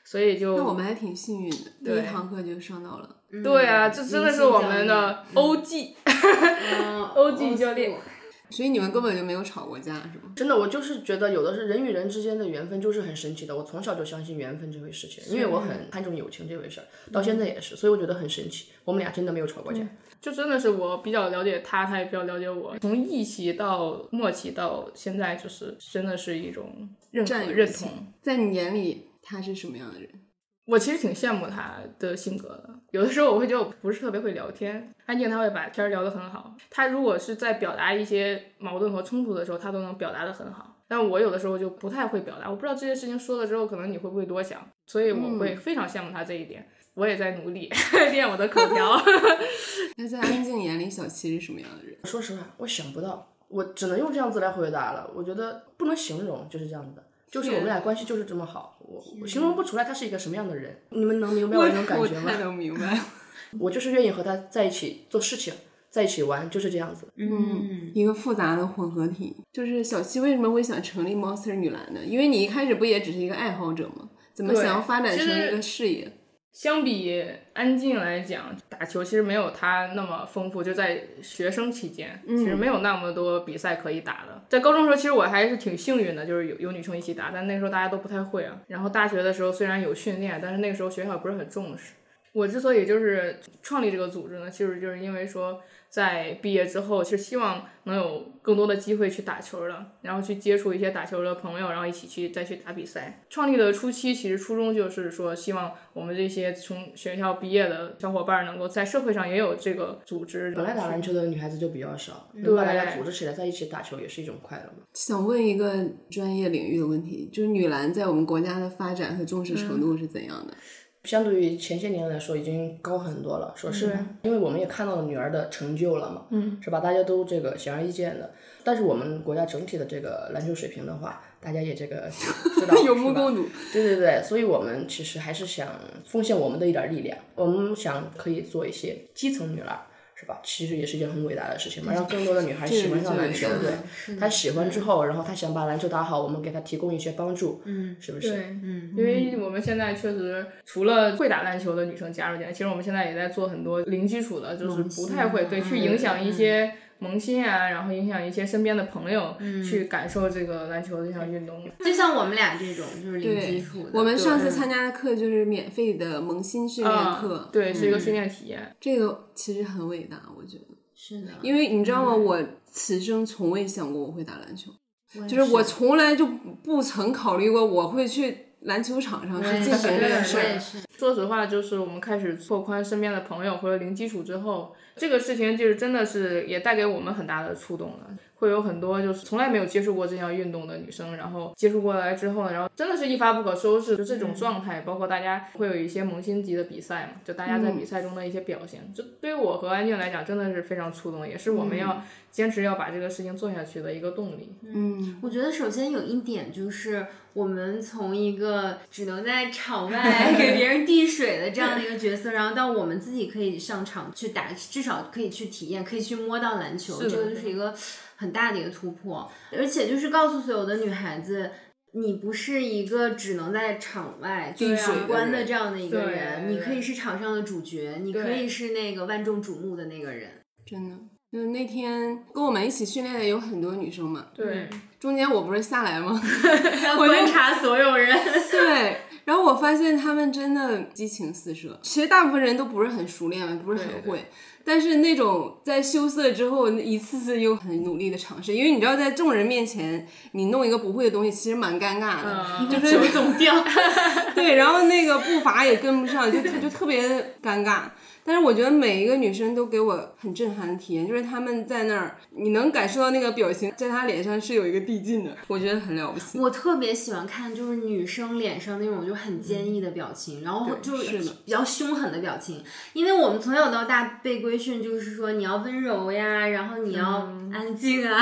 [SPEAKER 6] 所以就
[SPEAKER 3] 那我们还挺嗯幸运的，第一
[SPEAKER 6] 对
[SPEAKER 3] 堂课就上到了。
[SPEAKER 6] 对啊，这真的是我们的欧记。
[SPEAKER 3] 嗯
[SPEAKER 5] 欧
[SPEAKER 6] 记教练，
[SPEAKER 3] 所以你们根本就没有吵过架，是吗？
[SPEAKER 4] 真的，我就是觉得有的是人与人之间的缘分就是很神奇的。我从小就相信缘分这回事情，因为我很看重友情这回事儿，到现在也是，所以我觉得很神奇。我们俩真的没有吵过架。
[SPEAKER 6] 就真的是我比较了解他，他也比较了解我。从一期到末期到现在，就是真的是一种认可
[SPEAKER 3] 战友
[SPEAKER 6] 认
[SPEAKER 3] 情
[SPEAKER 6] 同。
[SPEAKER 3] 在你眼里，他是什么样的人？
[SPEAKER 6] 我其实挺羡慕他的性格的。有的时候我会觉得我不是特别会聊天，安静他会把天儿聊得很好。他如果是在表达一些矛盾和冲突的时候，他都能表达得很好。但我有的时候就不太会表达，我不知道这些事情说了之后，可能你会不会多想，所以
[SPEAKER 3] 嗯
[SPEAKER 6] 我会非常羡慕他这一点。我也在努力 (laughs) 练我的口条。
[SPEAKER 3] 那在安静眼里，小七是什么样的人？
[SPEAKER 4] 说实话，我想不到，我只能用这样子来回答了。我觉得不能形容，就是这样的。就是我们俩关系就是这么好，我我形容不出来他是一个什么样的人，你们能明白我那种感
[SPEAKER 3] 我
[SPEAKER 4] 觉
[SPEAKER 3] 太
[SPEAKER 4] 吗？
[SPEAKER 3] 能明白了。
[SPEAKER 4] (laughs) 我就是愿意和他在一起做事情，在一起玩，就是这样子。
[SPEAKER 5] 嗯，
[SPEAKER 3] 一个复杂的混合体。就是小七为什么会想成立 Monster 女篮呢？因为你一开始不也只是一个爱好者吗？怎么
[SPEAKER 6] 对
[SPEAKER 3] 想要发展
[SPEAKER 6] 其
[SPEAKER 3] 成
[SPEAKER 6] 实
[SPEAKER 3] 一个事业？
[SPEAKER 6] 相比安静来讲，打球其实没有他那么丰富，就在学生期间，其
[SPEAKER 3] 嗯
[SPEAKER 6] 实没有那么多比赛可以打的。在高中的时候，其实我还是挺幸运的，就是有有女生一起打，但那时候大家都不太会啊。然后大学的时候虽然有训练，但是那个时候学校也不是很重视。我之所以就是创立这个组织呢，其实就是因为说，在毕业之后是希望能有更多的机会去打球了，然后去接触一些打球的朋友，然后一起去再去打比赛。创立的初期，其实初衷就是说，希望我们这些从学校毕业的小伙伴能够在社会上也有这个组织。
[SPEAKER 4] 本来打篮球的女孩子就比较少，
[SPEAKER 3] 嗯
[SPEAKER 4] 能把大家组织起来在一起打球也是一种快乐嘛。
[SPEAKER 3] 想问一个专业领域的问题，就是女篮在我们国家的发展和重视程度是怎样的？
[SPEAKER 4] 嗯相对于前些年来说，已经高很多了，说实话，因为我们也看到了女儿的成就了嘛，嗯，是吧？大家都这个显而易见的。但是我们国家整体的这个篮球水平的话，大家也这个
[SPEAKER 3] (laughs)
[SPEAKER 4] 知道
[SPEAKER 3] 有
[SPEAKER 4] 是
[SPEAKER 3] 目
[SPEAKER 4] 吧
[SPEAKER 3] 共睹。
[SPEAKER 4] 对对对，所以我们其实还是想奉献我们的一点力量，我们想可以做一些基层女篮，是吧？其实也是一件很伟大的事情嘛，让更多的女孩喜欢上篮球。
[SPEAKER 3] 这个
[SPEAKER 4] 对，她喜欢之后，然后她想把篮球打好，我们给她提供一些帮助，嗯，是不是？
[SPEAKER 6] 对，嗯，因为我们现在确实除了会打篮球的女生加入进来，其实我们现在也在做很多零基础的，就是不太会
[SPEAKER 4] 啊
[SPEAKER 6] 对去影响
[SPEAKER 4] 嗯
[SPEAKER 6] 一些萌新啊，然后影响一些身边的朋友、
[SPEAKER 4] 嗯
[SPEAKER 6] 去感受这个篮球这项运动。
[SPEAKER 5] 就像我们俩这种就是零基
[SPEAKER 3] 对
[SPEAKER 5] 础的，，
[SPEAKER 3] 我们上次参加的课就是免费的萌新训练课，
[SPEAKER 6] 嗯对，是一个
[SPEAKER 5] 嗯
[SPEAKER 6] 训练体验。
[SPEAKER 3] 这个其实很伟大，我觉得。
[SPEAKER 5] 是的，嗯
[SPEAKER 3] 因为你知道吗？我此生从未想过我会打篮球，就是我从来就不曾考虑过我会去篮球场上
[SPEAKER 5] 我
[SPEAKER 3] 是
[SPEAKER 5] 也
[SPEAKER 3] 最
[SPEAKER 5] 是，
[SPEAKER 3] 烦这件事
[SPEAKER 5] 我
[SPEAKER 3] 儿
[SPEAKER 5] 也。是。
[SPEAKER 6] 说实话，就是我们开始拓宽身边的朋友或者零基础之后，这个事情就是真的是也带给我们很大的触动了。会有很多就是从来没有接触过这项运动的女生，然后接触过来之后呢，然后真的是一发不可收拾，就这
[SPEAKER 3] 嗯
[SPEAKER 6] 种状态。包括大家会有一些萌新级的比赛嘛，就大家
[SPEAKER 3] 嗯
[SPEAKER 6] 在比赛中的一些表现，这对于我和安静来讲真的是非常触动，也是我们要坚持要把这个事情做下去的一个动力。
[SPEAKER 3] 嗯，
[SPEAKER 5] 我觉得首先有一点就是，我们从一个只能在场外给别人递水的这样的一个角色，然后到我们自己可以上场去打，至少可以去体验，可以去摸到篮球，
[SPEAKER 6] 是的
[SPEAKER 5] 这个就是一个很大的一个突破。而且就是告诉所有的女孩子。你不是一个只能在场外
[SPEAKER 3] 对
[SPEAKER 5] 去
[SPEAKER 3] 啊
[SPEAKER 5] 闯关的这样的一个
[SPEAKER 6] 对
[SPEAKER 5] 人，
[SPEAKER 6] 对
[SPEAKER 5] 你可以是场上的主角，你可以是那个万众瞩目的那个人。
[SPEAKER 3] 真的。就是那天跟我们一起训练的有很多女生嘛，
[SPEAKER 6] 对，
[SPEAKER 5] 嗯
[SPEAKER 3] 中间我不是下来吗？
[SPEAKER 5] (laughs) 要观察所有人，
[SPEAKER 3] (laughs) 对，然后我发现他们真的激情四射，其实大部分人都不是很熟练嘛，不是很会。但是那种在羞涩之后，一次次又很努力的尝试，因为你知道，在众人面前，你弄一个不会的东西，其实蛮尴尬的。
[SPEAKER 5] 嗯
[SPEAKER 3] 就是
[SPEAKER 5] 球总掉。
[SPEAKER 3] (laughs) 对，然后那个步伐也跟不上，就就特别尴尬。但是我觉得每一个女生都给我很震撼的体验，就是她们在那儿，你能感受到那个表情在她脸上是有一个递进的，我觉得很了不起。
[SPEAKER 5] 我特别喜欢看就是女生脸上那种就很坚毅的表情，然后嗯就是
[SPEAKER 3] 的
[SPEAKER 5] 比较凶狠的表情，因为我们从小到大被规训就是说你要温柔呀，然后你要安静啊， (laughs)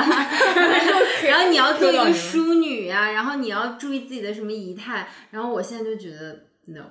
[SPEAKER 5] 然后你要做一个淑女呀，然后你要注意自己的什么仪态，然后我现在就觉 (laughs) 得。no，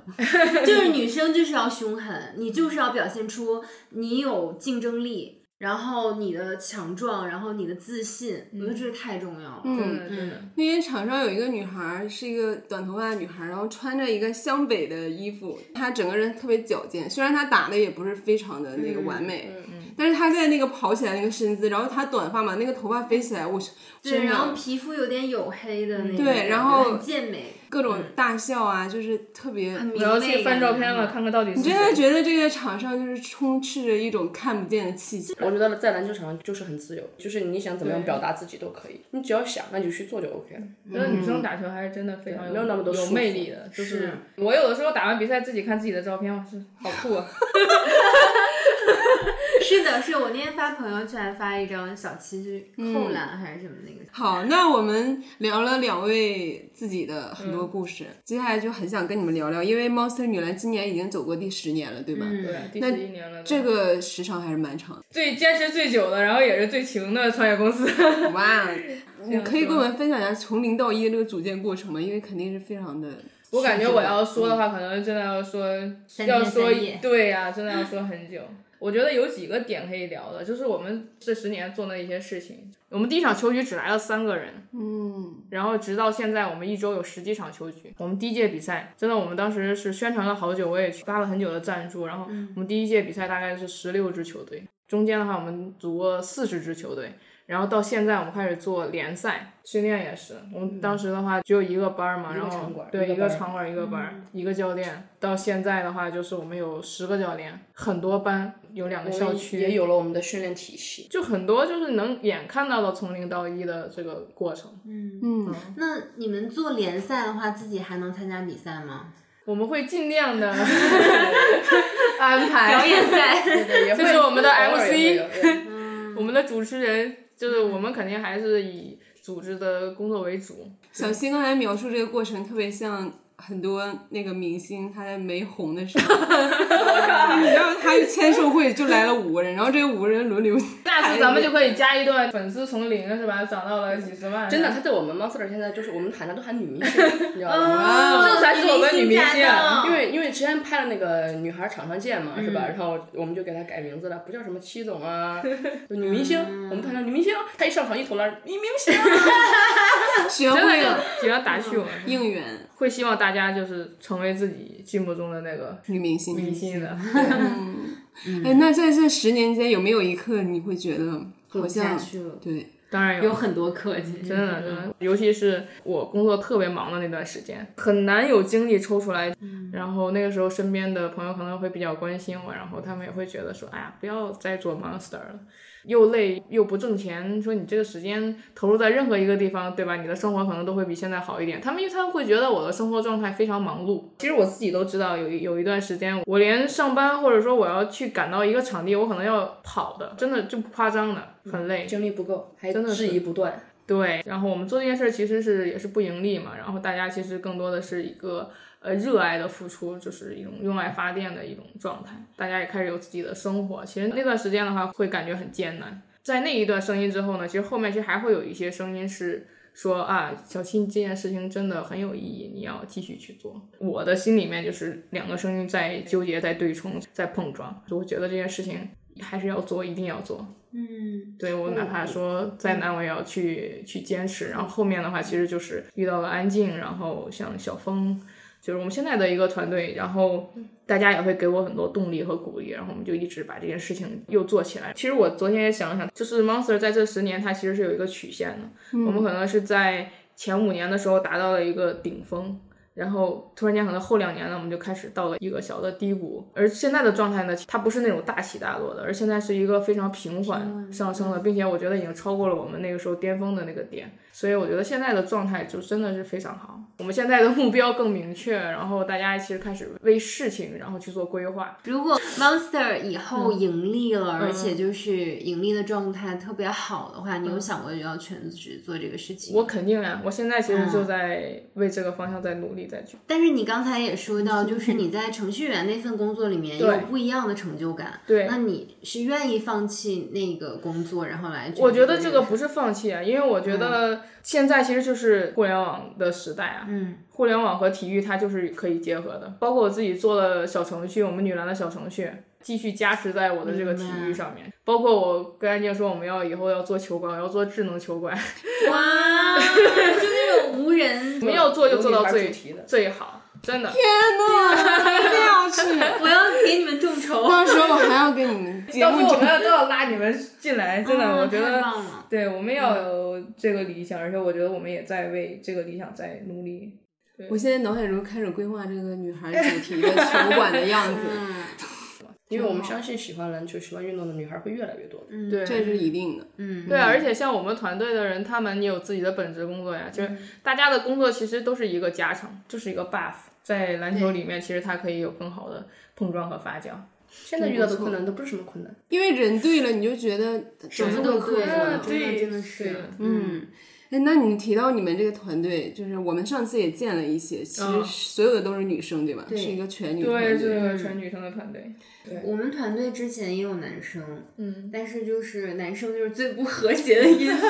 [SPEAKER 5] 就是女生就是要凶狠，你就是要表现出你有竞争力，然后你的强壮，然后你的自信，我觉得这太重要了。
[SPEAKER 6] 真
[SPEAKER 3] 嗯，
[SPEAKER 6] 的真的，
[SPEAKER 3] 那天场上有一个女孩儿，是一个短头发的女孩儿，然后穿着一个湘北的衣服，她整个人特别矫健。虽然她打的也不是非常的那个完美，
[SPEAKER 5] 嗯
[SPEAKER 3] 但是她在那个跑起来那个身姿，然后她短发嘛，那个头发飞起来，我去，
[SPEAKER 5] 对，
[SPEAKER 3] 真
[SPEAKER 5] 然后
[SPEAKER 3] 的
[SPEAKER 5] 皮肤有点黝黑的
[SPEAKER 6] 嗯
[SPEAKER 5] 那种，
[SPEAKER 3] 对然后
[SPEAKER 5] 很健美，
[SPEAKER 3] 各种大笑啊，就是特别。
[SPEAKER 5] 嗯很
[SPEAKER 6] 我
[SPEAKER 5] 明媚。
[SPEAKER 6] 要去翻照片了，。看看到底是
[SPEAKER 3] 你
[SPEAKER 6] 谁。
[SPEAKER 3] 真的觉得这个场上就是充斥着一种看不见的气息，
[SPEAKER 4] 我觉得在篮球场上就是很自由，就是你想怎么样表达自己都可以，你只要想，那你就去做就 OK 了。嗯
[SPEAKER 6] 觉得女
[SPEAKER 3] 嗯
[SPEAKER 6] 生打球还是真的非常有
[SPEAKER 4] 没有那么多束
[SPEAKER 6] 有
[SPEAKER 4] 缚
[SPEAKER 6] 魅力的，就是我有的时候打完比赛自己看自己的照片，我是好酷啊！
[SPEAKER 5] 是的，是我那天发朋友圈发一张小七去
[SPEAKER 6] 嗯
[SPEAKER 5] 扣篮还是什么那个。
[SPEAKER 3] 好，那我们聊了两位自己的很多故事，接下来就很想跟你们聊聊，因为 Monster 女篮今年已经走过第十年了，对吧？
[SPEAKER 6] 对
[SPEAKER 5] 嗯，，
[SPEAKER 6] 第十一年了，
[SPEAKER 3] 这个时长还是蛮长的。
[SPEAKER 6] 最坚持最久的，然后也是最勤的创业公司。
[SPEAKER 4] 哦
[SPEAKER 3] (laughs) 哇，你可以跟我们分享一下从零到一的这个组建过程吗？因为肯定是非常的。
[SPEAKER 6] 我感觉我要说的话，可能真的要说
[SPEAKER 5] 三
[SPEAKER 6] 要
[SPEAKER 5] 天
[SPEAKER 6] 说
[SPEAKER 5] 三夜
[SPEAKER 6] 对呀、真的要说很久。我觉得有几个点可以聊的，就是我们这十年做的一些事情。我们第一场球局只来了三个人，
[SPEAKER 3] 嗯，
[SPEAKER 6] 然后直到现在，我们一周有十几场球局。我们第一届比赛，真的我们当时是宣传了好久，我也去拉了很久的赞助。然后
[SPEAKER 4] 嗯
[SPEAKER 6] 我们第一届比赛大概是十六支球队，中间的话我们组过四十支球队。然后到现在，我们开始做联赛训练也是。我们当时的话只有一个班儿嘛，
[SPEAKER 4] 嗯一个
[SPEAKER 6] 然后
[SPEAKER 4] 场馆
[SPEAKER 6] 对
[SPEAKER 4] 一个
[SPEAKER 6] 一个
[SPEAKER 4] 班儿嗯
[SPEAKER 6] 场馆一个班儿，一个教练。到现在的话，就是我们有十个教练，很多班，有两个
[SPEAKER 4] 我
[SPEAKER 6] 校
[SPEAKER 4] 们
[SPEAKER 6] 区，
[SPEAKER 4] 也有了我们的训练体系，
[SPEAKER 6] 就很多就是能眼看到的从零到一的这个过程。
[SPEAKER 4] 嗯
[SPEAKER 5] 嗯
[SPEAKER 6] 嗯
[SPEAKER 5] 那你们做联赛的话，自己还能参加比赛吗？
[SPEAKER 6] 我们会尽
[SPEAKER 5] (laughs)
[SPEAKER 6] 量的安
[SPEAKER 5] 表
[SPEAKER 6] 排。
[SPEAKER 5] 演 (laughs)
[SPEAKER 6] (laughs)
[SPEAKER 5] 赛，
[SPEAKER 4] 对对，也
[SPEAKER 6] 这
[SPEAKER 4] 会
[SPEAKER 6] 是我们的
[SPEAKER 4] 偶尔也
[SPEAKER 6] MC
[SPEAKER 4] 会有对
[SPEAKER 6] (laughs) 我们的主持人就是我们，肯定还是以组织的工作为主。
[SPEAKER 3] 小新刚才描述这个过程，特别像很多那个明星他在没红的时
[SPEAKER 6] (laughs)
[SPEAKER 3] 候，你知道他签售会就来了五个人，然后这五个人轮流。
[SPEAKER 6] (laughs) 下次咱们就可以加一段粉丝从零是吧，涨到了几十万。
[SPEAKER 4] 真的，，他对我们 Monster 现在就是我们喊他都喊女明星，你知道吗？
[SPEAKER 6] 这才是我嗯们女明星啊
[SPEAKER 4] 因为因为之前拍了那个女孩场上见嘛，是
[SPEAKER 6] 嗯
[SPEAKER 4] 吧？然后我们就给她改名字了，不叫什么戚
[SPEAKER 6] (laughs)
[SPEAKER 4] 总啊，就女明星。
[SPEAKER 6] 嗯
[SPEAKER 4] 我们看到女明星，她一上场一投篮，女明
[SPEAKER 6] (laughs)
[SPEAKER 4] 星。嗯
[SPEAKER 3] 学
[SPEAKER 6] 真的
[SPEAKER 3] 会了
[SPEAKER 6] 就只要打趣我们，
[SPEAKER 3] 应援
[SPEAKER 6] 会希望大家就是成为自己心目中的那个
[SPEAKER 3] 女明星。
[SPEAKER 6] 明星的。 (laughs)
[SPEAKER 3] 嗯哎，那在这十年间有没有一刻你会觉得好
[SPEAKER 5] 下
[SPEAKER 3] 像
[SPEAKER 5] 去了。
[SPEAKER 6] (laughs)
[SPEAKER 3] 对
[SPEAKER 6] 当然
[SPEAKER 5] 有很多课，其实
[SPEAKER 6] 真的，真的，尤其是我工作特别忙的那段时间，很难有精力抽出来。然后那个时候，身边的朋友可能会比较关心我，然后他们也会觉得说：“哎呀，不要再做 monster 了，又累又不挣钱。说你这个时间投入在任何一个地方，对吧？你的生活可能都会比现在好一点。”他们因为他们会觉得我的生活状态非常忙碌。其实我自己都知道，有一有一段时间，我连上班或者说我要去赶到一个场地，我可能要跑的，真的就不夸张的，很累。
[SPEAKER 4] 精力不够，还
[SPEAKER 6] 真的
[SPEAKER 4] 质
[SPEAKER 6] 是
[SPEAKER 4] 疑不断。
[SPEAKER 6] 对，然后我们做这件事儿其实是也是不盈利嘛，然后大家其实更多的是一个呃热爱的付出，就是一种用爱发电的一种状态。大家也开始有自己的生活，其实那段时间的话会感觉很艰难。在那一段声音之后呢，其实后面其实还会有一些声音是说啊，小七这件事情真的很有意义，你要继续去做。我的心里面就是两个声音在纠结、在对冲、在碰撞，就我觉得这件事情还是要做，一定要做。
[SPEAKER 5] 嗯，嗯
[SPEAKER 6] 对我哪怕说再难，我也要去去坚持。然后后面的话，其实就是遇到了安静，然后像小峰，就是我们现在的一个团队，然后
[SPEAKER 5] 嗯
[SPEAKER 6] 大家也会给我很多动力和鼓励，然后我们就一直把这件事情又做起来。其实我昨天也想了想，就是 Monster 在这十年，它其实是有一个曲线的，
[SPEAKER 5] 嗯
[SPEAKER 6] 我们可能是在前五年的时候达到了一个顶峰。然后突然间，可能后两年呢，我们就开始到了一个小的低谷。而现在的状态呢，它不是那种大起大落的，而现在是一个非常平缓上升
[SPEAKER 5] 嗯
[SPEAKER 6] 的，并且我觉得已经超过了我们那个时候巅峰的那个点。所以我觉得现在的状态就真的是非常好。我们现在的目标更明确，然后大家其实开始为事情然后去做规划。
[SPEAKER 5] 如果 Monster 以后
[SPEAKER 6] 嗯
[SPEAKER 5] 盈利了，而且就是盈利的状态特别好的话，你有想过要全职做这个事情吗？
[SPEAKER 6] 嗯
[SPEAKER 5] 嗯
[SPEAKER 6] 我肯定啊，我现在其实就在为这个方向在努力，在去。
[SPEAKER 5] 但是你刚才也说到，就是你在程序员那份工作里面有
[SPEAKER 6] 嗯对
[SPEAKER 5] 不一样的成就感。
[SPEAKER 6] 对
[SPEAKER 5] 那你是愿意放弃那个工作，然后来？
[SPEAKER 6] 我觉得这个不，是放弃啊，因为我觉得现在其实就是互联网的时代啊，
[SPEAKER 5] 嗯，
[SPEAKER 6] 互联网和体育它就是可以结合的。包括我自己做了小程序，我们女篮的小程序，继续加持在我的这个体育上面。包括我跟安静说，我们要以后要做球馆，我要做智能球馆，
[SPEAKER 5] 哇，就那种无人，
[SPEAKER 6] 我们要做就做到
[SPEAKER 4] 有
[SPEAKER 6] 最
[SPEAKER 4] 女孩主题的
[SPEAKER 6] 最好，真的。
[SPEAKER 3] 一定要去。
[SPEAKER 5] 我要给你们众筹。
[SPEAKER 3] 到时候我还要给你们节
[SPEAKER 6] (laughs) 嗯到时
[SPEAKER 3] 目
[SPEAKER 6] 候我
[SPEAKER 3] 中
[SPEAKER 6] 们要都要拉你们进来，真的，
[SPEAKER 5] 嗯
[SPEAKER 6] 我觉
[SPEAKER 5] 太
[SPEAKER 6] 得
[SPEAKER 5] 棒了
[SPEAKER 6] 对，我们
[SPEAKER 4] 嗯
[SPEAKER 6] 要有这个理想，而且我觉得我们也在为这个理想在努力。
[SPEAKER 3] (laughs) 我现在脑海中开始规划这个女孩主题的球馆的样子， (laughs)
[SPEAKER 5] 嗯
[SPEAKER 4] 因为我们相信喜欢篮球、喜欢运动的女孩会越来越多的。
[SPEAKER 5] 嗯，
[SPEAKER 6] 对，
[SPEAKER 3] 这是一定的。
[SPEAKER 5] 嗯，
[SPEAKER 6] 对啊，而且像我们团队的人，他们也有自己的本职工作呀，就是大家的工作其实都是一个加成，就是一个 buff。在篮球里面，其实它可以有更好的碰撞和发酵。
[SPEAKER 4] 现在遇到的困难都不是什么困难，
[SPEAKER 3] 因为人对了，你就觉得
[SPEAKER 5] 什
[SPEAKER 3] 什
[SPEAKER 5] 么都
[SPEAKER 3] 克服
[SPEAKER 5] 对了，
[SPEAKER 4] 啊
[SPEAKER 3] 了。
[SPEAKER 5] 真的
[SPEAKER 6] 对
[SPEAKER 5] 真的
[SPEAKER 6] 对
[SPEAKER 5] 是
[SPEAKER 6] 的，
[SPEAKER 5] 嗯，
[SPEAKER 3] 哎，那你提到你们这个团队，就是我们上次也见了一些，其实
[SPEAKER 6] 嗯
[SPEAKER 3] 所有的都是女生，对吧？是一个全女团
[SPEAKER 6] 对，是
[SPEAKER 3] 队。嗯
[SPEAKER 6] 个全女生的团队。
[SPEAKER 5] 我们团队之前也有男生，
[SPEAKER 6] 嗯，
[SPEAKER 5] 但是就是男生就是最不和谐的因素。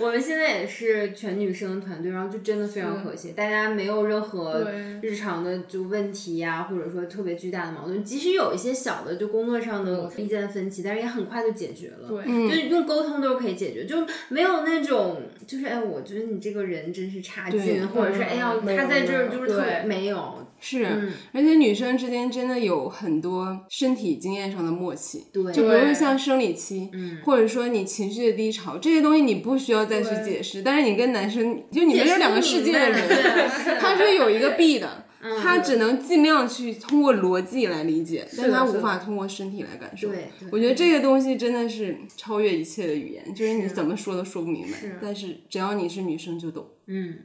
[SPEAKER 5] 我们现在也是全女生团队，然后就真的非常和谐，大家没有任何
[SPEAKER 6] 嗯对
[SPEAKER 5] 日常的就问题呀、或者说特别巨大的矛盾，即使有一些小的就工作上的意见分歧，但是也很快就解决了。
[SPEAKER 6] 嗯对
[SPEAKER 5] 就是用沟通都是可以解决，就没有那种就是哎，我觉得你这个人真是差
[SPEAKER 3] 对
[SPEAKER 5] 劲，或者是
[SPEAKER 6] 嗯
[SPEAKER 5] 哎呀，
[SPEAKER 4] 没有
[SPEAKER 5] 他在这儿
[SPEAKER 4] 没有
[SPEAKER 5] 就是特别
[SPEAKER 6] 对
[SPEAKER 5] 没有，
[SPEAKER 3] 是，
[SPEAKER 5] 嗯
[SPEAKER 3] 而且女生之间真的有很多身体经验上的默契。
[SPEAKER 5] 对，
[SPEAKER 3] 就比如说
[SPEAKER 6] 对
[SPEAKER 3] 像生理期，或者说你情绪的低潮，这些东西你不需要再去解释，但是你跟男生，就你们是两个世界的人，他是嗯有一个 B 的，他只能尽量去通过逻辑来理解，但他无法通过身体来感受。
[SPEAKER 5] 对对
[SPEAKER 3] 我觉得这个东西真的是超越一切的语言，就是你怎么说都说不明白，
[SPEAKER 5] 是
[SPEAKER 3] 但是只要你是女生就懂。
[SPEAKER 5] (laughs) 嗯，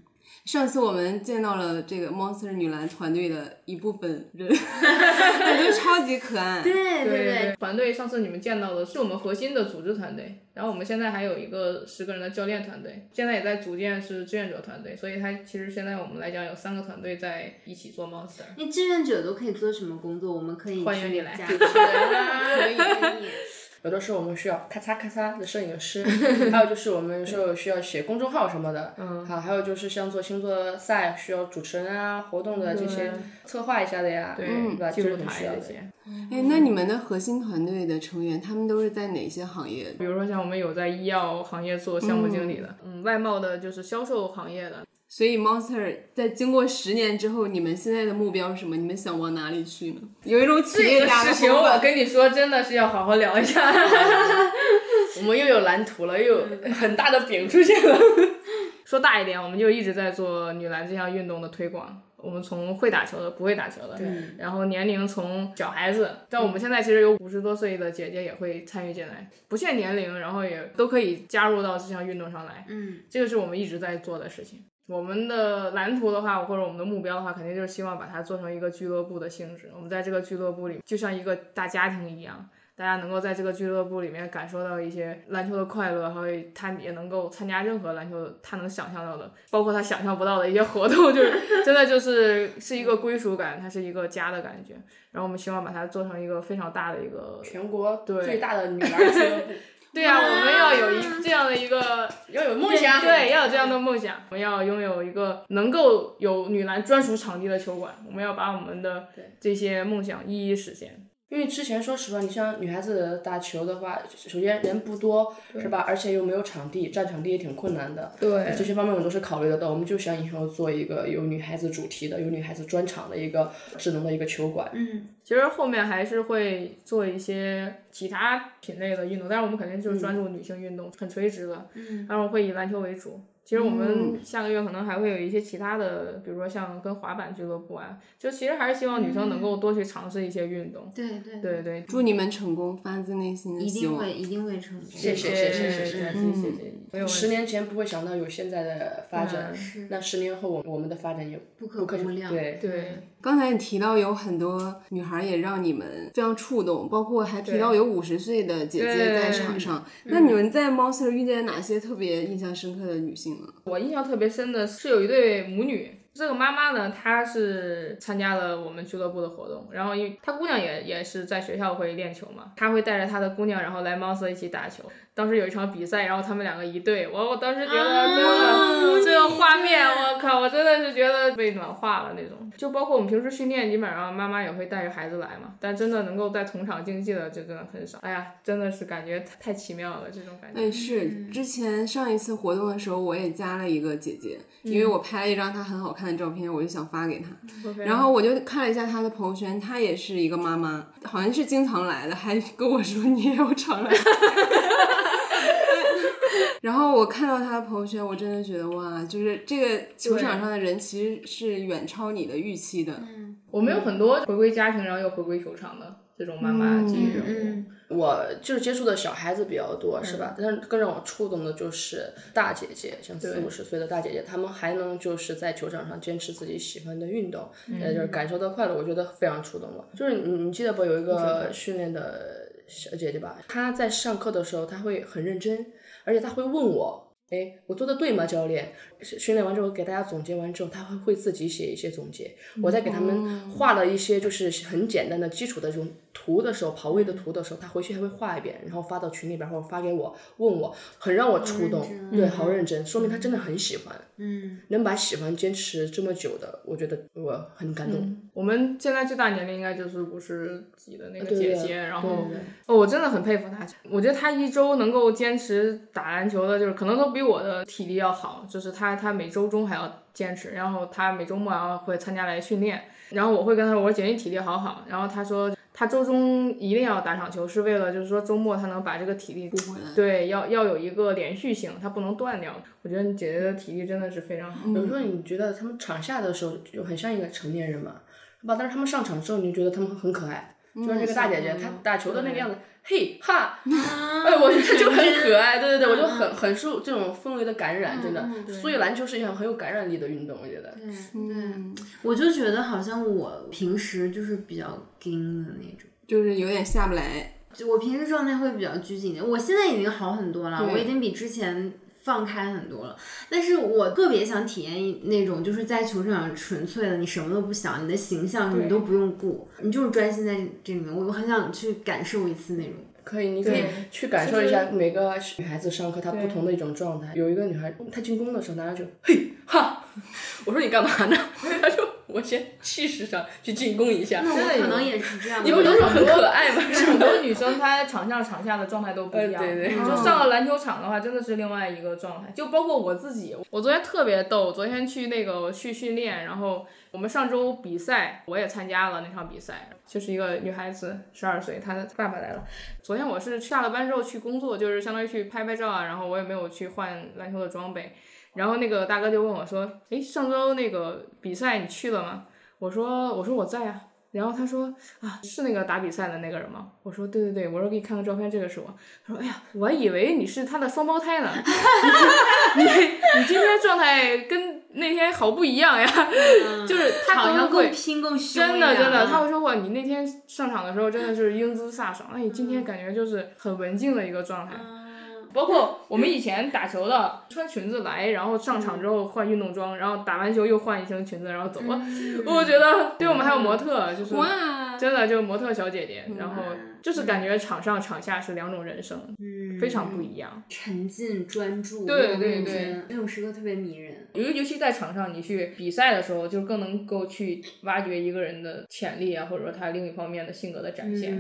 [SPEAKER 3] 上次我们见到了这个 Monster 女篮团队的一部分人，我觉得超级可爱。
[SPEAKER 5] 对对
[SPEAKER 6] 对，团队上次你们见到的是我们核心的组织团队，然后我们现在还有一个十个人的教练团队，现在也在组建是志愿者团队，所以它其实现在我们来讲有三个团队在一起做 monster。
[SPEAKER 5] 那志愿者都可以做什么工作？我们可以
[SPEAKER 6] 欢迎
[SPEAKER 5] 去
[SPEAKER 6] 你来 (laughs)
[SPEAKER 5] 加入可以可以，
[SPEAKER 4] 有的时候我们需要咔嚓咔嚓的摄影师，还有就是我们就需要写公众号什么的，嗯，好，还有就是像做星座赛需要主持人啊、活动的这些策划一下的呀，对
[SPEAKER 6] 对
[SPEAKER 4] 吧？
[SPEAKER 6] 记
[SPEAKER 4] 这是
[SPEAKER 6] 录
[SPEAKER 4] 很需要
[SPEAKER 6] 台
[SPEAKER 4] 的
[SPEAKER 6] 这。些，
[SPEAKER 3] 哎，那你们的核心团队的成员，他们都是在哪些行业？
[SPEAKER 6] 比如说像我们有在医药行业做项目经理的，嗯，外贸的就是销售行业的，
[SPEAKER 3] 所以 Monster 在经过十年之后，你们现在的目标是什么？你们想往哪里去呢？有一种企
[SPEAKER 6] 这
[SPEAKER 3] 业
[SPEAKER 6] 个
[SPEAKER 3] 家
[SPEAKER 6] 事
[SPEAKER 3] 的
[SPEAKER 6] 情
[SPEAKER 3] 风
[SPEAKER 6] 我
[SPEAKER 3] 范。
[SPEAKER 6] 跟你说，真的是要好好聊一下。
[SPEAKER 4] (laughs) 我们又有蓝图了，又有很大的饼出现了。
[SPEAKER 6] (laughs) 说大一点，我们就一直在做女篮这项运动的推广。我们从会打球的、不会打球的，然后年龄从小孩子，但我们现在其实有五十多岁的姐姐也会参与进来，不限年龄，然后也都可以加入到这项运动上来。
[SPEAKER 5] 嗯，
[SPEAKER 6] 这个是我们一直在做的事情。我们的蓝图的话，或者我们的目标的话，肯定就是希望把它做成一个俱乐部的性质。我们在这个俱乐部里，就像一个大家庭一样，大家能够在这个俱乐部里面感受到一些篮球的快乐，还有他也能够参加任何篮球他能想象到的，包括他想象不到的一些活动，就是 (laughs) 真的就是是一个归属感，它是一个家的感觉。然后我们希望把它做成一个非常大的一个，
[SPEAKER 4] 全国
[SPEAKER 6] 对
[SPEAKER 4] 最大的女篮俱乐部，
[SPEAKER 6] (laughs) 对啊，我们要有一这样的一个
[SPEAKER 4] 要有梦想。
[SPEAKER 6] 对，要有这样的梦想。我们要拥有一个能够有女篮专属场地的球馆，我们要把我们的这些梦想一一实现。
[SPEAKER 4] 因为之前说实话，你像女孩子打球的话，首先人不多，是吧？而且又没有场地，占场地也挺困难的。
[SPEAKER 6] 对
[SPEAKER 4] 这些方面我们都是考虑得到。我们就想以后做一个有女孩子主题的、有女孩子专场的一个智能的一个球馆。
[SPEAKER 5] 嗯，
[SPEAKER 6] 其实后面还是会做一些其他品类的运动，但是我们肯定就是专注女性运动，很垂直的。嗯，然后会以篮球为主。其实我
[SPEAKER 5] 嗯
[SPEAKER 6] 们下个月可能还会有一些其他的，比如说像跟滑板俱乐部啊，就其实还是希望女生能够多去尝试一些运动。
[SPEAKER 5] 嗯对对，
[SPEAKER 6] 对对，
[SPEAKER 3] 祝你们成功，发自内心的
[SPEAKER 5] 一
[SPEAKER 3] 希
[SPEAKER 5] 定
[SPEAKER 3] 望。
[SPEAKER 5] 会一定会成功。
[SPEAKER 4] 谢谢谢谢谢谢
[SPEAKER 6] 谢
[SPEAKER 4] 嗯
[SPEAKER 6] 谢谢。没有问题
[SPEAKER 4] 十年前不会想到有现在的发展，那十年后我我们的发展也
[SPEAKER 5] 嗯不可估量。
[SPEAKER 4] 对
[SPEAKER 6] 对。
[SPEAKER 3] 刚才你提到有很多女孩也让你们非常触动，包括还提到有五十岁的姐姐在
[SPEAKER 6] 嗯
[SPEAKER 3] 场上。那你们在 Monster 遇见哪些特别印象深刻的女性呢？
[SPEAKER 6] 我印象特别深的是有一对母女，这个妈妈呢，她是参加了我们俱乐部的活动，然后因为她姑娘也也是在学校会练球嘛，她会带着她的姑娘，然后来 Monster 一起打球。当时有一场比赛，然后他们两个一对，我我当时觉得真的、
[SPEAKER 5] 啊
[SPEAKER 6] 这个画面，我靠，我真的是觉得被暖化了那种。就包括我们平时训练，基本上妈妈也会带着孩子来嘛，但真的能够在同场竞技的，就真的很少。哎呀，真的是感觉太太奇妙了，这种感觉。
[SPEAKER 3] 哎，是之前上一次活动的时候，我也加了一个姐姐，因为
[SPEAKER 6] 嗯
[SPEAKER 3] 我拍了一张她很好看的照片，我就想发给她。然后我就看了一下她的朋友圈，她也是一个妈妈，好像是经常来的，还跟我说你也有常来。 (laughs) 然后我看到她的朋友圈，我真的觉得哇，就是这个球场上的人其实是远超你的预期的。
[SPEAKER 6] 我们有很多回归家庭，然后又回归球场的这种妈妈级人物。
[SPEAKER 5] 嗯，
[SPEAKER 4] 我就是接触的小孩子比较多，是吧？但是更让我触动的就是大姐姐，像四五十岁的大姐姐，她们还能就是在球场上坚持自己喜欢的运动，呃，就是感受到快乐，我觉得非常触动我。就是你你记得不？有一个训练的小姐姐吧，她在上课的时候，她会很认真，而且她会问我。哎，我做的对吗，教练？训训练完之后，给大家总结完之后，她会会自己写一些总结。
[SPEAKER 5] 嗯
[SPEAKER 4] 我在给他
[SPEAKER 5] 哦
[SPEAKER 4] 们画了一些就是很简单的基础的这种图的时候，跑位的图的时候，她回去还会画一遍，然后发到群里边或者发给我，问我，很让我触动。
[SPEAKER 5] 认真
[SPEAKER 4] 对，好认真，说明她真的很喜欢，
[SPEAKER 5] 嗯，
[SPEAKER 4] 能把喜欢坚持这么久的，我觉得我很感动。
[SPEAKER 5] 嗯
[SPEAKER 6] 我们现在最大年龄应该就是五十几的那个
[SPEAKER 4] 啊对
[SPEAKER 6] 姐
[SPEAKER 4] 的
[SPEAKER 6] 姐，然后
[SPEAKER 4] 对对
[SPEAKER 6] 哦，我真的很佩服她。我觉得她一周能够坚持打篮球的，就是可能都比我的体力要好。就是她，她每周中还要坚持，然后她每周末然后会参加来训练。然后我会跟她说，我说姐你体力好好。然后她说，她周中一定要打场球，是为了就是说周末她能把这个体力
[SPEAKER 3] 补回来
[SPEAKER 6] 对，要要有一个连续性，她不能断掉。我觉得你姐姐的体力真的是非常好。
[SPEAKER 4] 有时候你觉得他们场下的时候就很像一个成年人嘛，是吧？但是他们上场之后，你就觉得他们很可爱，就是那个大姐
[SPEAKER 6] 嗯
[SPEAKER 4] 姐，她打球的那个样子，嘿哈，哎，我觉得就很可爱，对对对，我就很很受这种氛围的感染，真的。所以篮球是一项很有感染力的运动，我觉得。嗯
[SPEAKER 5] 对，我就觉得好像我平时就是比较硬的那种。
[SPEAKER 3] 就是有点下不来。
[SPEAKER 5] 就我平时状态会比较拘谨一点，我现在已经好很多了，我已经比之前放开很多了。但是我特别想体验一那种就是在球场上纯粹的，你什么都不想，你的形象什么都不用顾，你就是专心在这里面。我我很想去感受一次那种。
[SPEAKER 4] 可以，你可以去感受一下每个女孩子上课她不同的一种状 (laughs) 态。有一个女孩，她进攻的时候拿着就嘿哈，我说你干嘛呢？她说我 (laughs)
[SPEAKER 3] 我先气势上去进攻一下。
[SPEAKER 5] 那我可能也是这样。你不
[SPEAKER 3] 都
[SPEAKER 5] 能
[SPEAKER 3] 是很可爱吗？是
[SPEAKER 6] (laughs) 很多女生她场上场下的状态都不一样。嗯
[SPEAKER 3] 对对
[SPEAKER 6] 就上了篮球场的话，真的是另外一个状态。就包括我自己，我昨天特别逗，我昨天去那个去训练，然后我们上周比赛我也参加了那场比赛，就是一个女孩子十二岁，她的爸爸来了。昨天我是下了班之后去工作，就是相当于去拍拍照啊，然后我也没有去换篮球的装备。然后那个大哥就问我说：“诶，上周那个比赛你去了吗？”我说：“我说我在啊。”然后他说：“啊，是那个打比赛的那个人吗？”我说：“对对对。”我说：“给你看看照片，这个是我。”他说：“哎呀，我还以为你是他的双胞胎呢。 (laughs) 你 (laughs) 你今天状态跟那天好不一样呀，就是他
[SPEAKER 5] 嗯好
[SPEAKER 6] 都
[SPEAKER 5] 像
[SPEAKER 6] 会
[SPEAKER 5] 更拼更凶一
[SPEAKER 6] 真
[SPEAKER 5] 点
[SPEAKER 6] 的真的，
[SPEAKER 5] 嗯
[SPEAKER 6] 他会说哇，你那天上场的时候真的是英姿飒爽，那你今
[SPEAKER 5] 嗯
[SPEAKER 6] 天感觉就是很文静的一个状态。包括我们以前打球
[SPEAKER 5] 嗯
[SPEAKER 6] 的，穿裙子来，然后上场之后换运动装，然后打完球又换一身裙子，然后走了。
[SPEAKER 5] 嗯
[SPEAKER 6] (laughs) 我觉得，对我们还有模特，就是
[SPEAKER 3] 哇，
[SPEAKER 6] 真的就是模特小姐姐，然后就是感觉场上场下是两种人生，非常不一样。
[SPEAKER 5] 嗯沉浸专注，
[SPEAKER 6] 对
[SPEAKER 5] 又认
[SPEAKER 6] 对
[SPEAKER 5] 真，那种时刻特别迷人。
[SPEAKER 6] 尤尤其在场上，你去比赛的时候，就更能够去挖掘一个人的潜力啊，或者说他另一方面的性格的展现。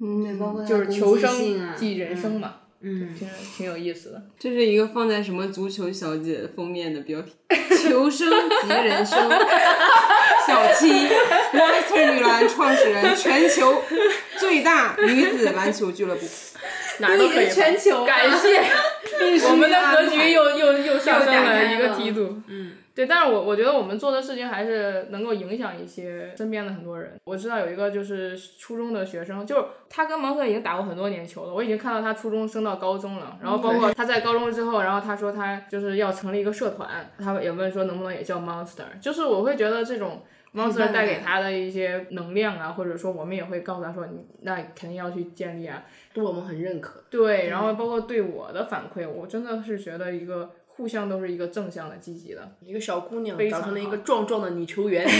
[SPEAKER 5] 嗯，对，
[SPEAKER 7] 嗯，
[SPEAKER 5] 包括他
[SPEAKER 6] 就是
[SPEAKER 5] 的
[SPEAKER 6] 求
[SPEAKER 5] 攻击性
[SPEAKER 6] 生
[SPEAKER 5] 啊
[SPEAKER 6] 即人生。嘛，
[SPEAKER 5] 嗯，
[SPEAKER 6] 挺挺有意思的。
[SPEAKER 3] 这是一个放在什么足球小姐封面的标题，求生即人生。小七，摩斯女篮创始人，全球最大女子篮球俱乐部。
[SPEAKER 6] (laughs) 哪儿都可以吧。
[SPEAKER 3] 全球 (laughs)
[SPEAKER 6] 感谢我们的格局又又又上升了一个梯度。
[SPEAKER 5] 嗯，
[SPEAKER 6] 对，但是我我觉得我们做的事情还是能够影响一些身边的很多人。我知道有一个就是初中的学生，就是他跟芒特已经打过很多年球了，我已经看到他初中升到高中了，然后包括他在高中之后，然后他说他就是要成立一个社团，他也问说能不能也叫 Monster，就是我会觉得这种。Monster 带给他的一些能量啊，或者说我们也会告诉他说，你那肯定要去建
[SPEAKER 4] (laughs)
[SPEAKER 6] 立啊，
[SPEAKER 4] 对我们很认可。
[SPEAKER 6] 对，然后包括对我的反馈，我真的是觉得一个互相都是一个正向的、积极的。
[SPEAKER 4] 一个小姑娘
[SPEAKER 6] 非常
[SPEAKER 4] 长成了一
[SPEAKER 6] 好
[SPEAKER 4] 个壮壮的女球员，
[SPEAKER 3] (laughs)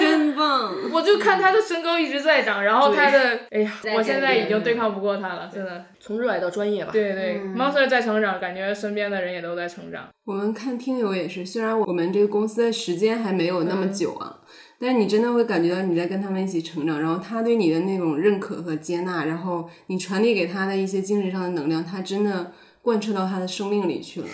[SPEAKER 3] 真棒！
[SPEAKER 6] (laughs) 我就看他的身高一直在长，然后他的，哎呀，
[SPEAKER 5] 在
[SPEAKER 6] 我
[SPEAKER 5] 改
[SPEAKER 6] 现在
[SPEAKER 5] 变
[SPEAKER 6] 已经对抗不过他了，真的。
[SPEAKER 4] 嗯从热爱到专业吧。
[SPEAKER 6] 对对、m o n s t e r 在成长，感觉身边的人也都在成长。
[SPEAKER 3] 我们看听友也是，虽然我们这个公司的时间还没有那么久啊，但是你真的会感觉到你在跟他们一起成长，然后他对你的那种认可和接纳，然后你传递给他的一些精神上的能量，他真的贯彻到他的生命里去了。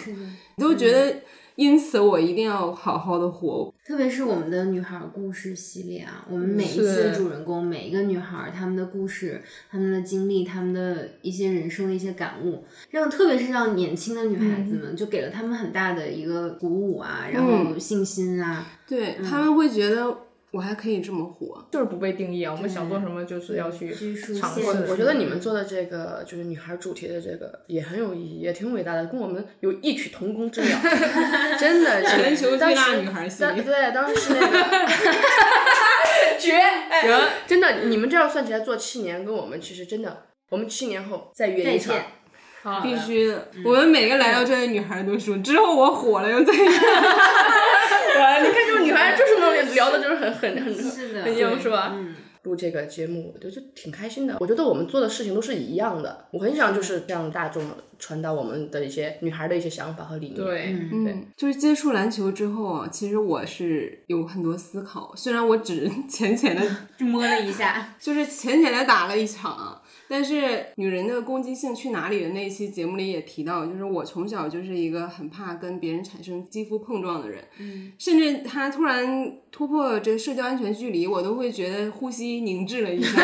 [SPEAKER 3] 你都觉得，因此我一定要好好的活。
[SPEAKER 5] 特别是我们的女孩故事系列啊，我们每一次
[SPEAKER 6] 是
[SPEAKER 5] 主人公，每一个女孩，她们的故事、她们的经历、她们的一些人生的一些感悟，让特别是让年轻的女孩子们，就给了她们很大的一个鼓舞啊，然后信心啊。
[SPEAKER 3] 对、他们会觉得我还可以这么活。
[SPEAKER 6] 就是不被定义啊，我们想做什么就是要去
[SPEAKER 5] 拘束
[SPEAKER 6] 尝试
[SPEAKER 5] 限制。
[SPEAKER 4] 我觉得你们做的这个就是女孩主题的这个也很有意义，也挺伟大的，跟我们有异曲同工之妙，真的。全
[SPEAKER 3] 球最大女孩系列
[SPEAKER 4] 对，当时是那个绝，哎
[SPEAKER 6] 行
[SPEAKER 4] 真的，你们这样算起来做七年，跟我们其实真的，我们七年后再约
[SPEAKER 5] 再
[SPEAKER 4] 一场
[SPEAKER 5] 见，
[SPEAKER 6] 好嗯
[SPEAKER 3] 必须的，我们每个来到这里的女孩都说，之后我火了又再也。
[SPEAKER 4] 哇你看这种女孩就是
[SPEAKER 5] (laughs)
[SPEAKER 4] 能聊的，就是很很很
[SPEAKER 5] 是的
[SPEAKER 4] 很硬，是吧？
[SPEAKER 5] 嗯，
[SPEAKER 4] 录这个节目，我觉得就挺开心的。我觉得我们做的事情都是一样的，我很想就是向大众传达我们的一些女孩的一些想法和理念。
[SPEAKER 6] 对，
[SPEAKER 3] 嗯，就是接触篮球之后啊，其实我是有很多思考，虽然我只 (laughs) 浅浅
[SPEAKER 4] (laughs)
[SPEAKER 3] 的，
[SPEAKER 5] 摸了一
[SPEAKER 4] 啊
[SPEAKER 5] 下，
[SPEAKER 3] 就是浅浅的打了一场。啊但是女人的攻击性去哪里的那一期节目里也提到，就是我从小就是一个很怕跟别人产生肌肤碰撞的人，嗯，甚至他突然突破这个社交安全距离，我都会觉得呼吸凝滞了一下，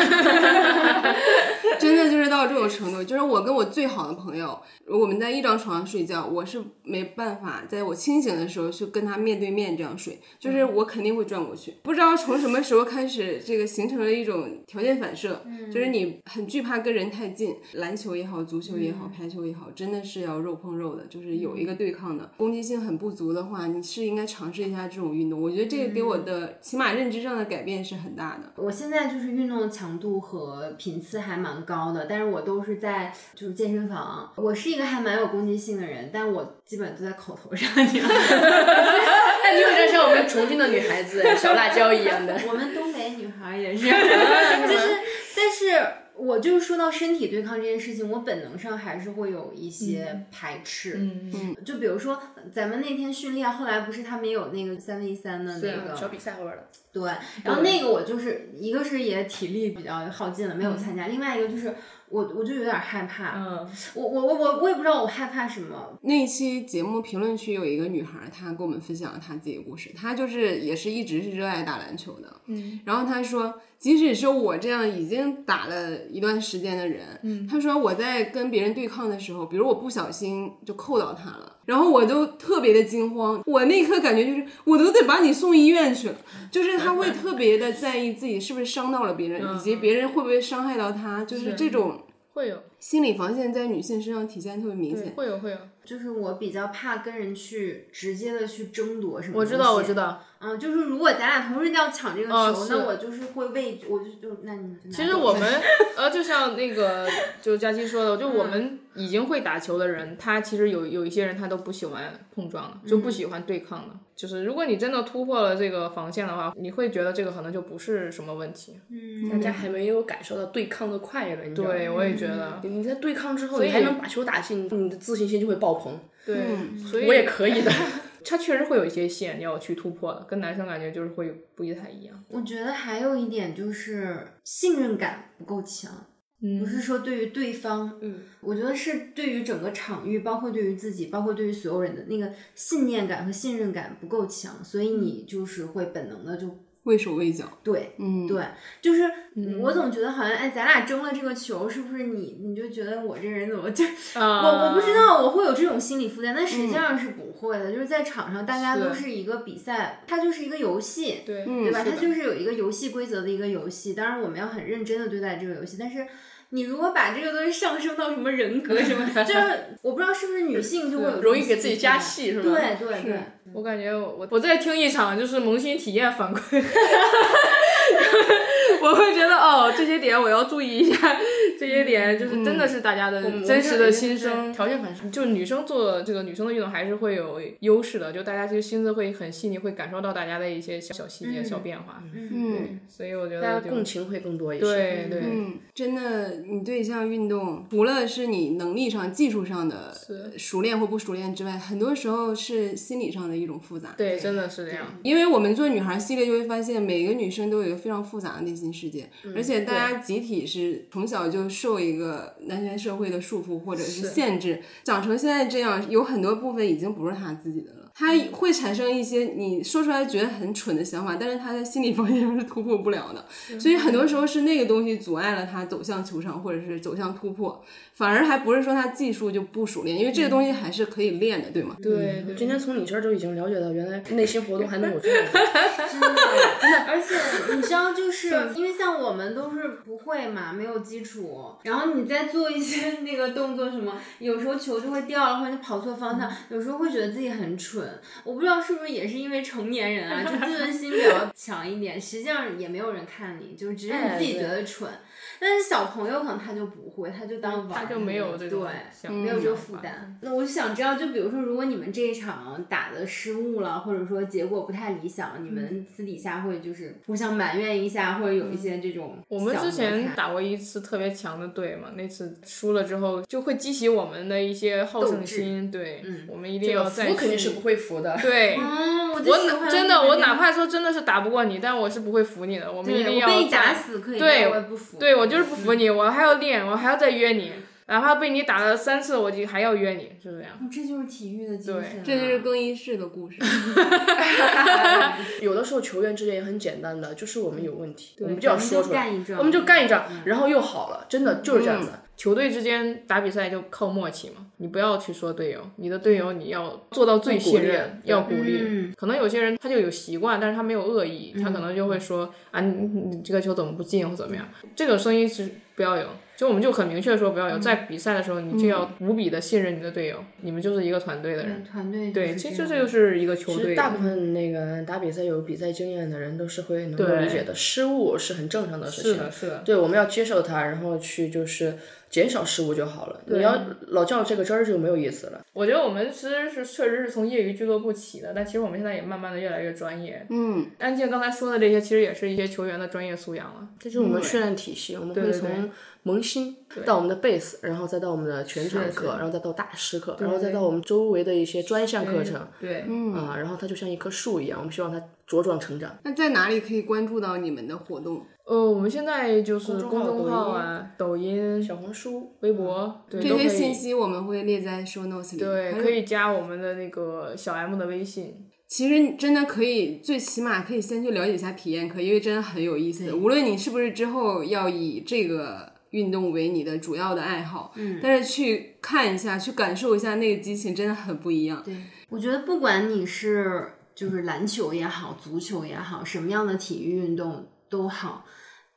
[SPEAKER 3] 真的就是到这种程度。就是我跟我最好的朋友，我们在一张床上睡觉，我是没办法在我清醒的时候去跟他面对面这样睡，就是我肯定会转过去。不知道从什么时候开始，这个形成了一种条件反射，就是你很惧怕跟人太近。篮球也好，足球也好，排球也好，真的是要肉碰肉的，就是有
[SPEAKER 5] 嗯
[SPEAKER 3] 一个对抗的。攻击性很不足的话，你是应该尝试一下这种运动。我觉得这个给我的起码认知上的改变是很大的。
[SPEAKER 5] 嗯我现在就是运动强度和频次还蛮高的，但是我都是在就是健身房。我是一个还蛮有攻击性的人，但我基本都在口头上这样。
[SPEAKER 4] (laughs) 哎，你有点像我们重庆的女孩 (laughs) 子小辣椒一样的。
[SPEAKER 5] (laughs)
[SPEAKER 4] 嗯
[SPEAKER 5] 我们东北女孩也
[SPEAKER 4] (laughs)
[SPEAKER 5] 是， (laughs) 就是，但是我就是说到身体对抗这件事情，我本能上还是会有一些排斥。
[SPEAKER 6] 嗯，嗯
[SPEAKER 5] 就比如说咱们那天训练，后来不是他们也有那个三 v 三的那
[SPEAKER 6] 是
[SPEAKER 5] 个
[SPEAKER 4] 啊小比赛会玩的，
[SPEAKER 5] 对，然后那个我就是一个是也体力比较耗尽了，
[SPEAKER 4] 嗯
[SPEAKER 5] 没有参加；另外一个就是我我就有点害怕，
[SPEAKER 6] 嗯，
[SPEAKER 5] 我我我我我也不知道我害怕什么。
[SPEAKER 3] 那一期节目评论区有一个女孩，她跟我们分享了她自己的故事。她就是也是一直是热爱打篮球的，嗯。然后她说，即使是我这样已经打了一段时间的人，嗯，她说我在跟别人对抗的时候，比如我不小心就扣到她了，然后我就特别的惊慌，我那一刻感觉就是我都得把你送医院去了，就是她会特别的在意自己是不是伤到了别人，
[SPEAKER 5] 嗯
[SPEAKER 3] 以及别人会不会伤害到她，就是这种
[SPEAKER 6] 会有，
[SPEAKER 3] 心理防线在女性身上体现得特别明显。
[SPEAKER 6] 会有，会有。
[SPEAKER 5] 就是我比较怕跟人去直接的去争夺什么。
[SPEAKER 6] 我知道，我知。道。
[SPEAKER 5] 嗯，就是如果咱俩同时要抢这个球，
[SPEAKER 6] 哦是
[SPEAKER 5] 那我就是会畏，我就就那你就拿
[SPEAKER 6] 其实
[SPEAKER 5] 走
[SPEAKER 6] 我
[SPEAKER 4] (laughs)
[SPEAKER 6] 们呃，就像那个就佳期说的，就
[SPEAKER 4] 嗯
[SPEAKER 6] 我们已经会打球的人，他其实有有一些人他都不喜欢碰撞了，就
[SPEAKER 4] 嗯
[SPEAKER 6] 不喜欢对抗了。就是如果你真的突破了这个防线的话，你会觉得这个可能就不是什么问题。
[SPEAKER 5] 嗯
[SPEAKER 4] 嗯大家还没有感受到对抗的快乐，你知道吗？
[SPEAKER 6] 对，我也觉得，
[SPEAKER 4] 你在对抗之后，
[SPEAKER 6] 所以
[SPEAKER 4] 你还能把球打进，你的自信心就会爆棚。嗯
[SPEAKER 6] 对，所以
[SPEAKER 4] 我也可
[SPEAKER 6] (laughs)
[SPEAKER 4] 以的。嗯
[SPEAKER 6] 他确实会有一些线要去突破的，跟男生感觉就是会不太一样。
[SPEAKER 5] 我觉得还有一点就是信任感不够强，不是说对于对方，
[SPEAKER 6] 嗯，
[SPEAKER 5] 我觉得是对于整个场域，包括对于自己，包括对于所有人的那个信念感和信任感不够强，所
[SPEAKER 6] 嗯
[SPEAKER 5] 以你就是会本能的就
[SPEAKER 3] 畏手畏脚，
[SPEAKER 5] 对。
[SPEAKER 3] 嗯，
[SPEAKER 5] 对，就是
[SPEAKER 6] 嗯
[SPEAKER 5] 我总觉得好像，哎，咱俩争了这个球，是不是你你就觉得我这人怎么
[SPEAKER 6] (laughs)
[SPEAKER 5] 就
[SPEAKER 6] 啊，嗯
[SPEAKER 5] 我我不知道我会有这种心理负担，但实际上是不会的。就是在场上，大家都
[SPEAKER 6] 是
[SPEAKER 5] 是一个比赛，它就是一个游戏，
[SPEAKER 6] 对，
[SPEAKER 5] 对
[SPEAKER 3] 嗯，
[SPEAKER 5] 吧？
[SPEAKER 3] 是
[SPEAKER 5] 它
[SPEAKER 3] 的
[SPEAKER 5] 就是有一个游戏规则的一个游戏。当然，我们要很认真的对待这个游戏，但是。你如果把这个东西上升到什么人格什么，
[SPEAKER 6] (laughs)
[SPEAKER 5] 就是我不知道是不是女性就会有这种
[SPEAKER 6] 容易给自己加
[SPEAKER 5] 心
[SPEAKER 6] 戏是
[SPEAKER 5] 理
[SPEAKER 6] 吧？
[SPEAKER 5] 负担。对对对，
[SPEAKER 6] 我感觉我我在听一场就是萌新体验反馈， (laughs) 我会觉得哦，这些点我要注意一下，这些点就是真的是大家的
[SPEAKER 4] 我们
[SPEAKER 6] 真实的
[SPEAKER 4] 这
[SPEAKER 6] 心声。
[SPEAKER 4] 条件反射，
[SPEAKER 6] 就女生做这个女生的运动还是会有优势的，就大家其实心思会很细腻，会感受到大家的一些小小细节、
[SPEAKER 5] 嗯
[SPEAKER 6] 小变化，
[SPEAKER 3] 嗯
[SPEAKER 6] 所以我觉
[SPEAKER 4] 大家
[SPEAKER 6] 得就
[SPEAKER 4] 共情会更多一些。
[SPEAKER 6] 对对，
[SPEAKER 3] 嗯，真的，你对一项运动，除了是你能力上、技术上的熟练或不熟练之外，很多时候是心理上的一种复杂。
[SPEAKER 6] 对，真的是这样。
[SPEAKER 3] 因为我们做女孩系列，就会发现每个女生都有一个非常复杂的内心世界，而且大家集体是从小就受一个男权社会的束缚或者是限制，长成现在这样，有很多部分已经不是她自己的了。她会产生一些你说出来觉得很蠢的想法，但是她在心理方面上 (laughs) 是突破不了的，所以很多时候是那个东西阻碍了她走向球场或者是走向突破，反而还不是说她技术就不熟练，因为这
[SPEAKER 5] 嗯
[SPEAKER 3] 个东西还是可以练的，对吗？
[SPEAKER 6] 对
[SPEAKER 4] 我
[SPEAKER 6] 对
[SPEAKER 4] 今天从你这儿就已经了解到，原来内心活动还能有这
[SPEAKER 3] (laughs)
[SPEAKER 4] 样的。
[SPEAKER 5] 真的，真的，而且你知道，就是因为像我们都是不会嘛，没有基础，然后你在做一些那个动作什么，有时候球就会掉了，或者你跑错方
[SPEAKER 6] 嗯
[SPEAKER 5] 向，有时候会觉得自己很蠢。我不知道是不是也是因为成年人啊，就自尊心比
[SPEAKER 6] (laughs)
[SPEAKER 5] 较强一点，实际上也没有人看你，就是只是
[SPEAKER 6] 哎
[SPEAKER 5] 你自己觉得蠢。但是小朋友可能他就不会，他就当玩儿
[SPEAKER 6] 嗯他
[SPEAKER 5] 那种，
[SPEAKER 6] 就没有这种
[SPEAKER 5] 对，
[SPEAKER 6] 想
[SPEAKER 5] 没有这个
[SPEAKER 6] 法
[SPEAKER 5] 负担。那我就想知道，就比如说，如果你们这一场打的失误了，或者说结果不太理想，你们私底下会就是互相埋怨一下，或者有一
[SPEAKER 6] 嗯
[SPEAKER 5] 些这种
[SPEAKER 6] 我们
[SPEAKER 5] 小
[SPEAKER 6] 之
[SPEAKER 5] 摩
[SPEAKER 6] 前
[SPEAKER 5] 擦
[SPEAKER 6] 打过一次特别强的队嘛，那次输了之后就会激起我们的一些好胜心，对，
[SPEAKER 4] 嗯
[SPEAKER 6] 我们一定要再
[SPEAKER 4] 服肯定
[SPEAKER 6] 去
[SPEAKER 4] 是不会服
[SPEAKER 6] (laughs)
[SPEAKER 4] 的。
[SPEAKER 6] 对。
[SPEAKER 4] 啊
[SPEAKER 5] 嗯，我就
[SPEAKER 6] 我
[SPEAKER 5] 喜欢
[SPEAKER 6] 哪真的，
[SPEAKER 5] 你
[SPEAKER 6] 我
[SPEAKER 5] 们
[SPEAKER 6] 哪怕说真的是打不过你，但我是不会服你的。我们一
[SPEAKER 5] 对
[SPEAKER 6] 定
[SPEAKER 5] 我
[SPEAKER 6] 要
[SPEAKER 5] 被你
[SPEAKER 6] 在
[SPEAKER 5] 打死可以，
[SPEAKER 6] 对
[SPEAKER 5] 但我也不服。嗯
[SPEAKER 6] 对我就是不服你，我还要练，我还要再约你，哪怕被你打了三次，我就还要约你，是这样。
[SPEAKER 5] 嗯，这就是体育的精
[SPEAKER 6] 对
[SPEAKER 5] 神啊，
[SPEAKER 3] 这就是更衣室的故事。
[SPEAKER 4] 有的时候球员之间也很简单的，就是我们有问题，我们就
[SPEAKER 5] 我
[SPEAKER 4] 要
[SPEAKER 5] 们
[SPEAKER 4] 说
[SPEAKER 5] 就
[SPEAKER 4] 出来
[SPEAKER 5] 干一，仗
[SPEAKER 4] 我们就干一仗，
[SPEAKER 5] 嗯
[SPEAKER 4] 然后又好了，真的就是这样子。
[SPEAKER 6] 球队之间打比赛就靠默契嘛，你不要去说队友，你的队友你要做到最信任，
[SPEAKER 4] 对
[SPEAKER 6] 要鼓励。
[SPEAKER 5] 嗯
[SPEAKER 6] 可能有些人他就有习惯，但是他没有恶意，他可能就会说、啊，你你你这个球怎么不进或怎么样，这种声音是不要有。就我们就很明确地说不要有，在比赛的时候你就要无比的信任你的队友，你们就是一个团队的
[SPEAKER 4] 嗯
[SPEAKER 6] 人。
[SPEAKER 5] 团队
[SPEAKER 6] 对，
[SPEAKER 5] 就是
[SPEAKER 6] 其实
[SPEAKER 5] 这
[SPEAKER 6] 这
[SPEAKER 5] 样
[SPEAKER 6] 就是一个球
[SPEAKER 4] 其实
[SPEAKER 6] 队。
[SPEAKER 4] 大部分那个打比赛有比赛经验的人都是会能够
[SPEAKER 6] 对
[SPEAKER 4] 理解的，失误是很正常的事
[SPEAKER 6] 是
[SPEAKER 4] 情。
[SPEAKER 6] 的，是的，
[SPEAKER 4] 对，我们要接受它，然后去就是减少失误就好了。你要老较这个真儿就没有意思了。
[SPEAKER 6] 我觉得我们其实是确实是从业余俱乐部起的，但其实我们现在也慢慢的越来越专业。
[SPEAKER 3] 嗯，
[SPEAKER 6] 安静刚才说的这些，其实也是一些球员的专业素养了。
[SPEAKER 4] 嗯这就是我们训练体系，我们会
[SPEAKER 6] 对对
[SPEAKER 4] 从萌新，到我们的 base，然后再到我们的全场课，然后再到大师课，然后再
[SPEAKER 5] 对
[SPEAKER 4] 到我们周围的一些专项课程，
[SPEAKER 5] 对，
[SPEAKER 4] 啊、然后它就像一棵树一样，我们希望它茁壮成长。
[SPEAKER 3] 嗯那在哪里可以关注到你们的活动？
[SPEAKER 6] 呃，我们现在就是
[SPEAKER 4] 公
[SPEAKER 6] 公
[SPEAKER 4] 众号
[SPEAKER 6] 众号啊、抖音、
[SPEAKER 4] 小红书，
[SPEAKER 6] 微博，对，
[SPEAKER 3] 这
[SPEAKER 6] 都可
[SPEAKER 3] 些
[SPEAKER 6] 以
[SPEAKER 3] 信息我们会列在 show notes 里。
[SPEAKER 6] 对，
[SPEAKER 3] 还有
[SPEAKER 6] 可以加我们的那个小 M 的微信。
[SPEAKER 3] 其实你真的可以，最起码可以先去了解一下体验课，因为真的很有意思。无论你是不是之后要以这个运动为你的主要的爱好，嗯，但是去看一下，去感受一下那个激情，真的很不一样。
[SPEAKER 5] 我觉得不管你是就是篮球也好，足球也好，什么样的体育运动都好，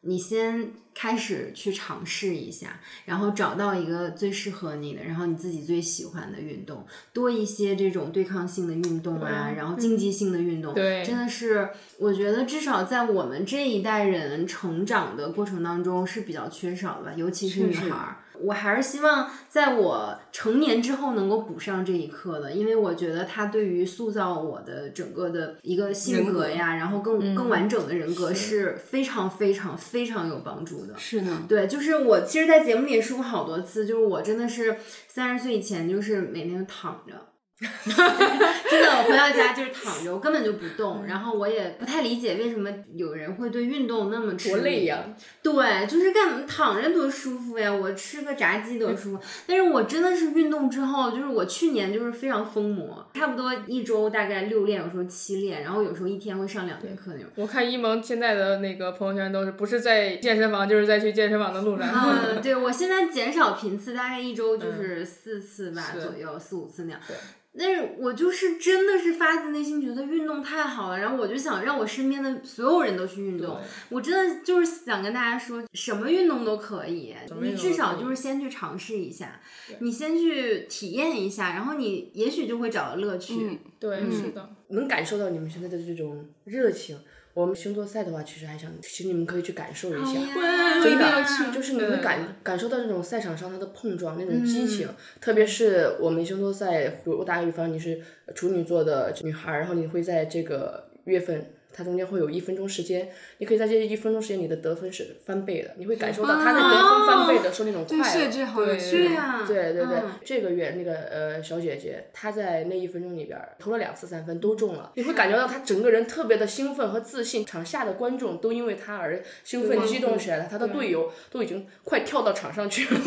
[SPEAKER 5] 你先开始去尝试一下，然后找到一个最适合你的，然后你自己最喜欢的运动，多一些这种对抗性的运动啊，然后竞技性的运动，
[SPEAKER 6] 对
[SPEAKER 5] 真的是我觉得至少在我们这一代人成长的过程当中是比较缺少的吧，尤其是女孩儿。我还是希望在我成年之后能够补上这一课的，因为我觉得它对于塑造我的整个的一个性
[SPEAKER 3] 人格嗯
[SPEAKER 5] 格呀，然后更更完整的人格是非常非常非常有帮助的。
[SPEAKER 3] 是呢，
[SPEAKER 5] 对，就是我其实，在节目里也说过好多次，就是我真的是三十岁以前，就是每天就躺着。 (laughs) 真的，我回到家就是躺着，我根本就不
[SPEAKER 4] 嗯
[SPEAKER 5] 动。然后我也不太理解为什么有人会对运动那么痴
[SPEAKER 4] 多累
[SPEAKER 5] 迷
[SPEAKER 4] 呀、
[SPEAKER 5] 对，就是干嘛躺着多舒服呀！我吃个炸鸡
[SPEAKER 4] 嗯
[SPEAKER 5] 多舒服。但是我真的是运动之后，就是我去年就是非常疯魔，差不多一周大概六练，有时候七练，然后有时候一天会上两节课那种。
[SPEAKER 6] 我看一萌现在的那个朋友圈都是，不是在健身房，就是在去健身房的路上。 (laughs)
[SPEAKER 5] 嗯，对我现在减少频次，大概一周就是四次吧、
[SPEAKER 6] 嗯是
[SPEAKER 5] 左右，四五次那样
[SPEAKER 6] 对。
[SPEAKER 5] 但是我就是真的是发自内心觉得运动太好了，然后我就想让我身边的所有人都去运动。我真的就是想跟大家说，什么运动都可以
[SPEAKER 6] 什，么运
[SPEAKER 5] 你
[SPEAKER 6] 动
[SPEAKER 5] 至少
[SPEAKER 6] 都可以
[SPEAKER 5] 就是先去尝试一下，你先去体验一下，然后你也许就会找到乐趣。
[SPEAKER 3] 嗯
[SPEAKER 6] 对，是的，
[SPEAKER 4] 能感受到你们现在的这种热情。我们星座赛的话，其实还想请你们可以去感受一下。
[SPEAKER 5] 我
[SPEAKER 4] 真的
[SPEAKER 6] 啊
[SPEAKER 4] 就是你会感感受到那种赛场上它的碰撞，那种
[SPEAKER 6] 嗯
[SPEAKER 4] 激情。特别是我们星座赛，我我打个比方，你是处女座的女孩儿，然后你会在这个月份，它中间会有一分钟时间，你可以在这一分钟时间，你的得分是翻倍的，你会感受到它那得分翻倍的时候那种快
[SPEAKER 3] 哦这设
[SPEAKER 4] 乐。
[SPEAKER 3] 置好有趣啊
[SPEAKER 6] 对
[SPEAKER 5] 对呀、
[SPEAKER 4] 对对对，
[SPEAKER 5] 嗯
[SPEAKER 4] 这个月那个呃小姐姐，她在那一分钟里边儿投了两次三分都中了，你会感觉到她整个人特别的兴奋和自信，场下的观众都因为她而兴奋激动起来了，她的队友都已经快跳到场上
[SPEAKER 5] (laughs)
[SPEAKER 4] 去了，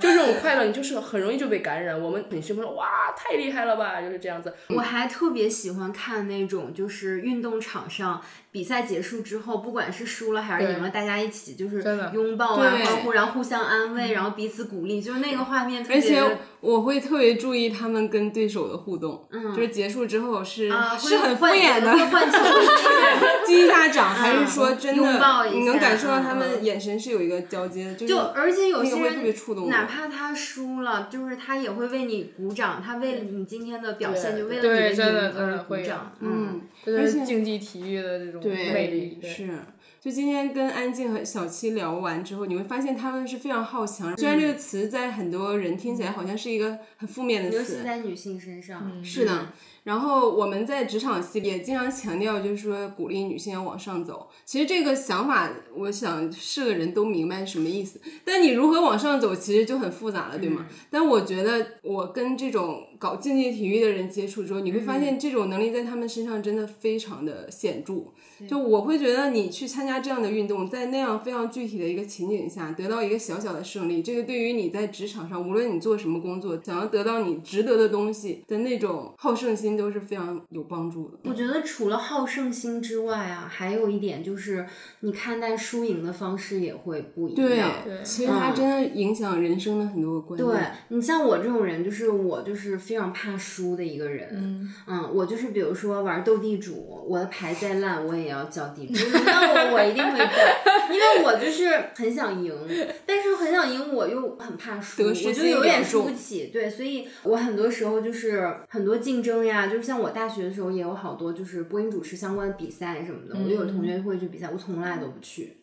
[SPEAKER 4] 就这种快乐，你就是很容易就被感染。我们很兴奋说哇太厉害了吧，就是这样子。嗯
[SPEAKER 5] 我还特别喜欢看那种，就是运动场上比赛结束之后，不管是输了还是赢了，大家一起就是
[SPEAKER 6] 真的
[SPEAKER 5] 拥抱啊
[SPEAKER 3] 对，
[SPEAKER 5] 欢呼，然后互相安慰，然后彼此鼓励，就是那个画面特别
[SPEAKER 3] 而且我会特别注意他们跟对手的互动，嗯，就是结束之后是、
[SPEAKER 5] 啊，会
[SPEAKER 3] 是很敷衍的，
[SPEAKER 5] 会换球
[SPEAKER 3] (laughs)
[SPEAKER 5] 衣
[SPEAKER 3] 击一下掌，还是说真的
[SPEAKER 5] 嗯拥抱一下
[SPEAKER 3] 你能感受到他
[SPEAKER 5] 嗯
[SPEAKER 3] 们
[SPEAKER 5] 嗯
[SPEAKER 3] 眼神是有一个交接，就是
[SPEAKER 5] 就而且有
[SPEAKER 3] 那个
[SPEAKER 5] 些
[SPEAKER 3] 会特别触
[SPEAKER 5] 人
[SPEAKER 3] 动我
[SPEAKER 5] 哪怕他输了，就是他也会为你鼓掌，他为了你今天的表现，
[SPEAKER 4] 对
[SPEAKER 5] 就为了
[SPEAKER 6] 对
[SPEAKER 5] 你
[SPEAKER 6] 真的
[SPEAKER 5] 赢
[SPEAKER 6] 真的
[SPEAKER 5] 而鼓
[SPEAKER 6] 会有
[SPEAKER 5] 掌，嗯。
[SPEAKER 3] 嗯，
[SPEAKER 6] 这
[SPEAKER 3] 而
[SPEAKER 6] 是
[SPEAKER 3] 且
[SPEAKER 6] 竞技体育的这种
[SPEAKER 3] 对
[SPEAKER 6] 魅力。对
[SPEAKER 3] 是，嗯就今天跟安静和小七聊完之后，你会发现他们是非常好强。虽然这个词在很多人听起来好像是一个很负面的
[SPEAKER 5] 尤
[SPEAKER 3] 词
[SPEAKER 5] 其，在女性身上，
[SPEAKER 3] 是的。然后我们在职场系也经常强调，就是说鼓励女性要往上走。其实这个想法，我想是个人都明白是什么意思。但你如何往上走，其实就很复杂了，对吗？但我觉得，我跟这种搞竞技体育的人接触之后，你会发现这种能力在他们身上真的非常的显著。就我会觉得，你去参加这样的运动，在那样非常具体的一个情景下，得到一个小小的胜利，这个对于你在职场上，无论你做什么工作，想要得到你值得的东西的那种好胜心，都是非常有帮助的。
[SPEAKER 5] 我觉得除了好胜心之外啊，还有一点就是你看待输赢的方式也会不一样。嗯
[SPEAKER 6] 对
[SPEAKER 3] 其实它真的影响人生的很多观念。
[SPEAKER 5] 对你像我这种人，就是我就是非常怕输的一个人。嗯我就是比如说玩斗地主，我的牌再烂我也要叫地主，轮到我我一定会叫，因为我就是很想赢，但是很想赢我又很怕输，
[SPEAKER 3] 得失
[SPEAKER 5] 我就
[SPEAKER 3] 心
[SPEAKER 5] 有
[SPEAKER 3] 比
[SPEAKER 5] 点
[SPEAKER 3] 较
[SPEAKER 5] 输不
[SPEAKER 3] 重
[SPEAKER 5] 起。对，所以我很多时候就是很多竞争呀，就是像我大学的时候也有好多就是播音主持相关的比赛什么的，我就有同学会去比赛，我从来都不去。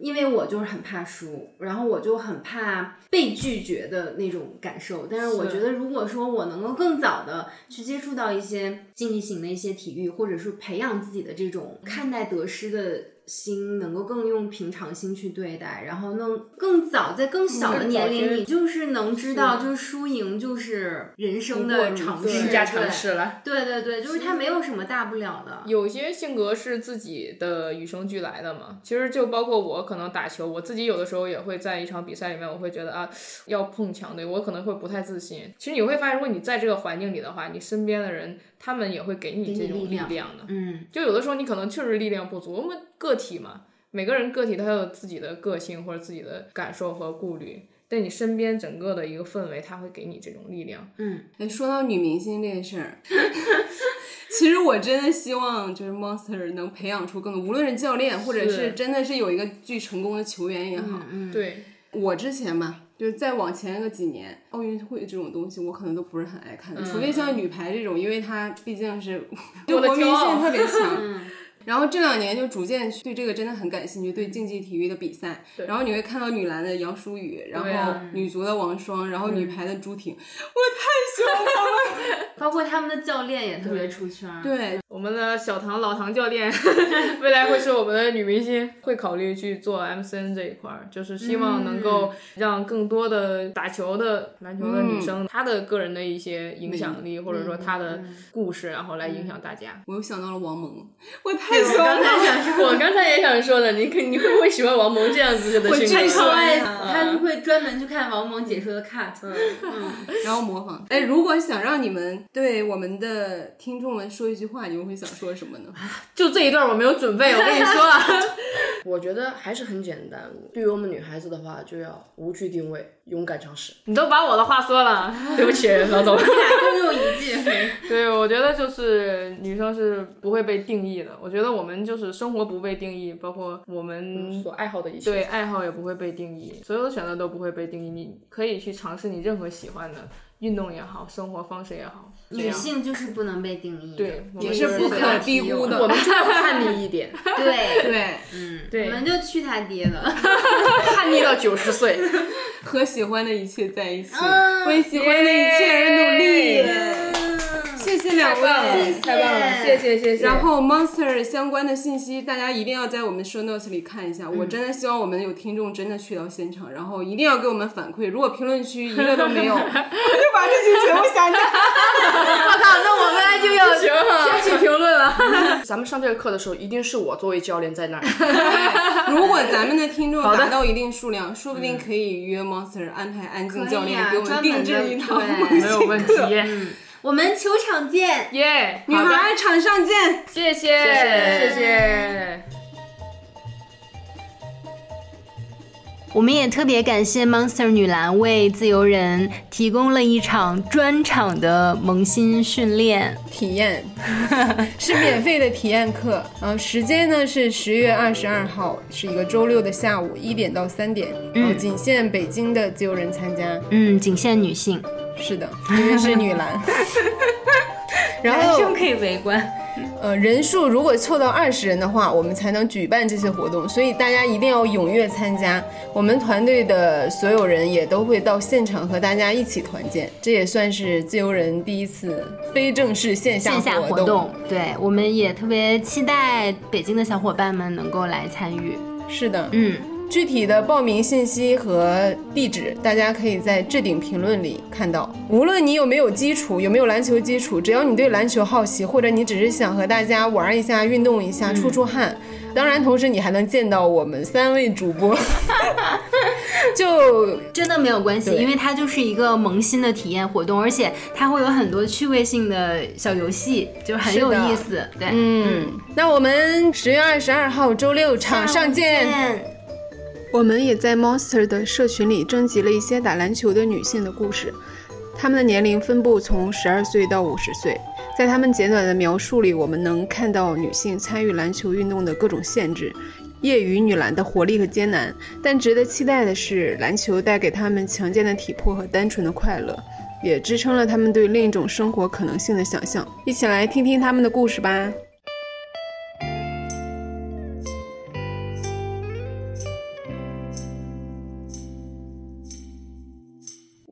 [SPEAKER 5] 因为我就是很怕输，然后我就很怕被拒绝的那种感受。但是我觉得，如果说我能够更早的去接
[SPEAKER 4] 嗯
[SPEAKER 5] 触到一些竞技型的一些体育，或者是培养自己的这种看待得失的心能够更用平常心去对待，然后能更早在更小的
[SPEAKER 4] 嗯更
[SPEAKER 5] 年
[SPEAKER 4] 早
[SPEAKER 5] 龄，
[SPEAKER 4] 就是
[SPEAKER 5] 你就是能知道，就是输赢就是人生
[SPEAKER 4] 不过
[SPEAKER 5] 的
[SPEAKER 4] 如
[SPEAKER 5] 常
[SPEAKER 4] 此
[SPEAKER 5] 试，
[SPEAKER 4] 是家常事
[SPEAKER 5] 对
[SPEAKER 4] 了。
[SPEAKER 5] 对对对，就是它没有什么大不了的。
[SPEAKER 6] 有些性格是自己的与生俱来的嘛，其实就包括我可能打球，我自己有的时候也会在一场比赛里面，我会觉得啊，要碰强队，我可能会不太自信。其实你会发现，如果你在这个环境里的话，你身边的人他们也会给你
[SPEAKER 5] 给你
[SPEAKER 6] 这种
[SPEAKER 5] 力
[SPEAKER 6] 力
[SPEAKER 5] 量
[SPEAKER 6] 量的。
[SPEAKER 5] 嗯，
[SPEAKER 6] 就有的时候你可能确实力量不足，我们个体嘛，每个人个体他有自己的个性或者自己的感受和顾虑，但你身边整个的一个氛围，他会给你这种力量。
[SPEAKER 5] 嗯
[SPEAKER 1] 哎，说到女明星这事儿， (laughs) 其实我真的希望就是 Monster 能培养出更多，无论是教练，或者是
[SPEAKER 6] 是嗯
[SPEAKER 1] 真的是有一个巨成功的球员也好，
[SPEAKER 6] 对，
[SPEAKER 1] 我之前吧，就是再往前个几年，奥运会这种东西，我可能都不是很爱看的，除非像女排这种，因为它毕竟是 (laughs) 就
[SPEAKER 6] 嗯我的
[SPEAKER 1] 国民
[SPEAKER 6] 骄傲
[SPEAKER 1] 性特别
[SPEAKER 5] (laughs)
[SPEAKER 1] 强。
[SPEAKER 5] 嗯
[SPEAKER 1] 然后这两年就逐渐对这个真的很感兴趣，对竞技体育的比赛，然后你会看到女篮的杨舒雨，然
[SPEAKER 6] 对
[SPEAKER 1] 后
[SPEAKER 6] 啊
[SPEAKER 1] 女足的王霜，然后女排的朱婷，我太喜欢她了。
[SPEAKER 5] 包括他们的教练也特别出圈。，
[SPEAKER 1] 对，
[SPEAKER 6] 我们的小唐老唐教练， (laughs) 未来会是我们的女明星，会考虑去做 MCN 这一块儿，就是希望能
[SPEAKER 1] 嗯
[SPEAKER 6] 够让更多的打球的篮球的女
[SPEAKER 1] 嗯
[SPEAKER 6] 生，她的个人的一些影响力，或者说她的故事，然后来影响大家。
[SPEAKER 1] 嗯我又想到了王蒙，我太喜欢
[SPEAKER 4] 刚
[SPEAKER 1] 她
[SPEAKER 4] 才
[SPEAKER 1] 了。
[SPEAKER 4] 想说，我刚才也想说呢，你可你会不会喜欢王蒙这样子的性
[SPEAKER 5] 他超
[SPEAKER 4] 格？嗯
[SPEAKER 5] 爱，他们会专门去看王蒙解说的 cut。
[SPEAKER 2] 嗯
[SPEAKER 1] 然后模仿。哎，如果想让你们对我们的听众们说一句话，你们会想说什么呢？
[SPEAKER 6] 就这一段我没有准备，我跟你说啊，
[SPEAKER 4] (laughs) 我觉得还是很简单。对于我们女孩子的话，就要无惧定位，勇敢尝试。
[SPEAKER 6] 你都把我的话说了。
[SPEAKER 4] (laughs) 对不起，老总。
[SPEAKER 5] 共用 (laughs) 一句，
[SPEAKER 6] (laughs) 对，我觉得就是女生是不会被定义的。我觉得我们就是生活不被定义，包括我们
[SPEAKER 4] 嗯所爱好的一切。
[SPEAKER 6] 对爱好也不会被定义，所有的选择都不会被定义。你可以去尝试你任何喜欢的运动也好，生活方式也好，这
[SPEAKER 5] 女
[SPEAKER 6] 样
[SPEAKER 5] 性就是不能被定义的，
[SPEAKER 6] 对我们
[SPEAKER 1] 也
[SPEAKER 6] 就是
[SPEAKER 1] 不可低
[SPEAKER 2] 哦
[SPEAKER 1] 估
[SPEAKER 4] 我
[SPEAKER 1] 的。
[SPEAKER 4] 们就
[SPEAKER 3] (laughs)
[SPEAKER 4] 要叛逆一点，
[SPEAKER 5] 对，
[SPEAKER 1] 对，
[SPEAKER 5] (laughs) 嗯，
[SPEAKER 6] 对
[SPEAKER 5] 我们就去他爹了。
[SPEAKER 4] (laughs) 叛逆到九十岁。
[SPEAKER 1] 和喜欢的一切在一起，
[SPEAKER 5] 嗯
[SPEAKER 1] 为喜欢的一切而努力。谢谢两位。
[SPEAKER 5] 太棒了谢
[SPEAKER 6] 谢谢谢
[SPEAKER 1] 然后 Monster 相关的信息，大家一定要在我们 show notes 里看一
[SPEAKER 4] 嗯
[SPEAKER 1] 下。我真的希望我们有听众真的去到现场，然后一定要给我们反馈。如果评论区一个都
[SPEAKER 6] (laughs)
[SPEAKER 1] 没有，我就把这期节目下啊架。
[SPEAKER 6] 那 (laughs) 我们就
[SPEAKER 1] (laughs)
[SPEAKER 6] 要
[SPEAKER 4] 啊
[SPEAKER 6] 先去评论了。
[SPEAKER 4] 咱们上这个课的时候，一定是我作为教练在那
[SPEAKER 6] (laughs)
[SPEAKER 4] 儿。
[SPEAKER 1] 对如果咱们的听众达到一定数量，说不定可以约 Monster 安排安静教练
[SPEAKER 5] 嗯可以啊
[SPEAKER 1] 给我们
[SPEAKER 5] 专门
[SPEAKER 1] 定
[SPEAKER 5] 的
[SPEAKER 1] 制一套
[SPEAKER 5] 对
[SPEAKER 1] 萌
[SPEAKER 6] 没有问
[SPEAKER 1] 新
[SPEAKER 6] 题，
[SPEAKER 1] 课。
[SPEAKER 5] (laughs) 我们球场见。
[SPEAKER 6] 耶！
[SPEAKER 1] 女
[SPEAKER 6] 好的，
[SPEAKER 1] 孩场上见。
[SPEAKER 6] 谢谢谢谢。
[SPEAKER 2] 我们也特别感谢 Monster 女篮为自由人提供了一场专场的萌新训练。
[SPEAKER 3] 体验，是免费的体验课。然后时间呢是十月二十二号，是一个周六的下午一点到三点，
[SPEAKER 6] 嗯
[SPEAKER 3] 然后仅限北京的自由人参加。
[SPEAKER 2] 嗯，仅限女性，
[SPEAKER 3] 是的，因为是
[SPEAKER 5] (laughs)
[SPEAKER 3] 女篮。然
[SPEAKER 5] 男生
[SPEAKER 3] 后，
[SPEAKER 5] 可以围观，
[SPEAKER 3] 呃，人数如果凑到二十人的话，我们才能举办这些活动，所以大家一定要踊跃参加。我们团队的所有人也都会到现场和大家一起团建，这也算是自由人第一次非正式线下
[SPEAKER 2] 线下活
[SPEAKER 3] 活动
[SPEAKER 2] 动。对，我们也特别期待北京的小伙伴们能够来参与。
[SPEAKER 3] 是的，
[SPEAKER 2] 嗯，
[SPEAKER 3] 具体的报名信息和地址，大家可以在置顶评论里看到。无论你有没有基础，有没有篮球基础，只要你对篮球好奇，或者你只是想和大家玩一下、运动一
[SPEAKER 2] 嗯
[SPEAKER 3] 下、出出汗，当然，同时你还能见到我们三位主
[SPEAKER 2] (laughs)
[SPEAKER 3] 播。就
[SPEAKER 2] 真的没有关系，因为它就是一个萌新的体验活动，而且它会有很多趣味性的小游戏，就是很有
[SPEAKER 3] 是的
[SPEAKER 2] 意思。对，
[SPEAKER 3] 嗯，那我们十月二十二号周六场上见。我们也在 Monster 的社群里征集了一些打篮球的女性的故事，她们的年龄分布从十二岁到五十岁。在她们简短的描述里，我们能看到女性参与篮球运动的各种限制，业余女篮的活力和艰难。但值得期待的是，篮球带给她们强健的体魄和单纯的快乐，也支撑了她们对另一种生活可能性的想象。一起来听听她们的故事吧。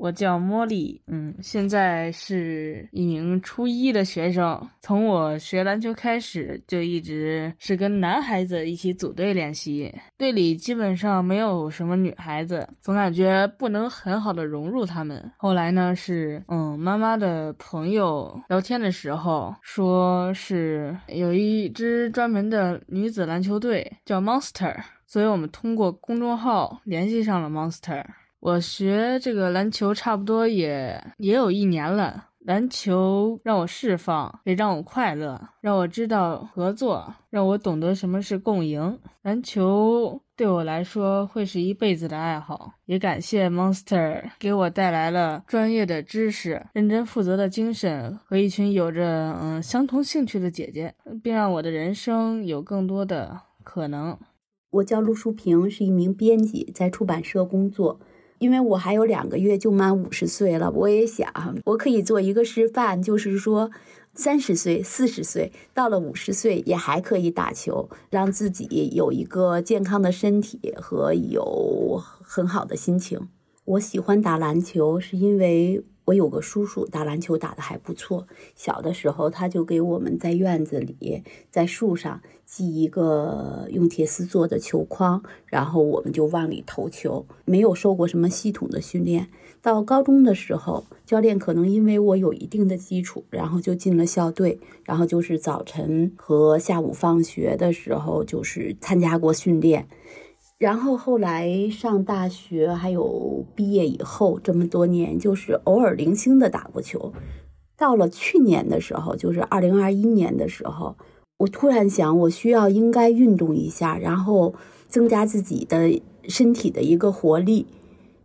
[SPEAKER 1] 我叫莫莉，嗯，现在是一名初一的学生。从我学篮球开始，就一直是跟男孩子一起组队练习，队里基本上没有什么女孩子，总感觉不能很好的融入他们。后来呢，是嗯，妈妈的朋友聊天的时候说是有一支专门的女子篮球队叫 Monster，所以我们通过公众号联系上了 Monster。我学这个篮球差不多也也有一年了。篮球让我释放，也让我快乐，让我知道合作，让我懂得什么是共赢。篮球对我来说会是一辈子的爱好，也感谢 Monster 给我带来了专业的知识、认真负责的精神和一群有着嗯相同兴趣的姐姐，并让我的人生有更多的可能。
[SPEAKER 8] 我叫陆淑萍，是一名编辑，在出版社工作。因为我还有两个月就满五十岁了，我也想，我可以做一个示范，就是说，三十岁、四十岁，到了五十岁也还可以打球，让自己有一个健康的身体和有很好的心情。我喜欢打篮球，是因为我有个叔叔打篮球打得还不错，小的时候他就给我们在院子里，在树上系一个用铁丝做的球框，然后我们就往里投球，没有受过什么系统的训练。到高中的时候，教练可能因为我有一定的基础，然后就进了校队，然后就是早晨和下午放学的时候，就是参加过训练。然后后来上大学，还有毕业以后这么多年，就是偶尔零星的打过球。到了去年的时候，就是二零二一年的时候，我突然想，我需要应该运动一下，然后增加自己的身体的一个活力。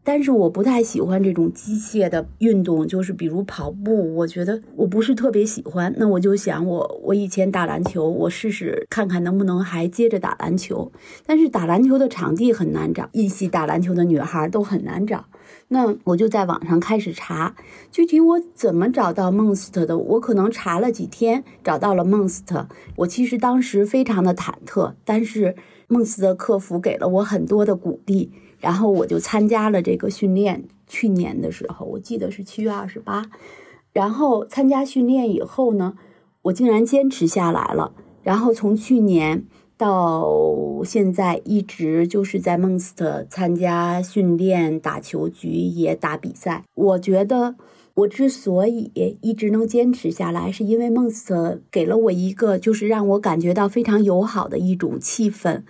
[SPEAKER 8] 但是我不太喜欢这种机械的运动，就是比如跑步，我觉得我不是特别喜欢。那我就想我，我以前打篮球，我试试看看能不能还接着打篮球。但是打篮球的场地很难找，一起打篮球的女孩都很难找。那我就在网上开始查，具体我怎么找到 Monster 的？我可能查了几天，找到了 Monster。我其实当时非常的忐忑，但是 Monster 客服给了我很多的鼓励。然后我就参加了这个训练，去年的时候，我记得是七月二十八。然后参加训练以后呢，我竟然坚持下来了。然后从去年到现在，一直就是在 Monster 参加训练、打球局也打比赛。我觉得我之所以一直能坚持下来，是因为 Monster 给了我一个就是让我感觉到非常友好的一种气氛。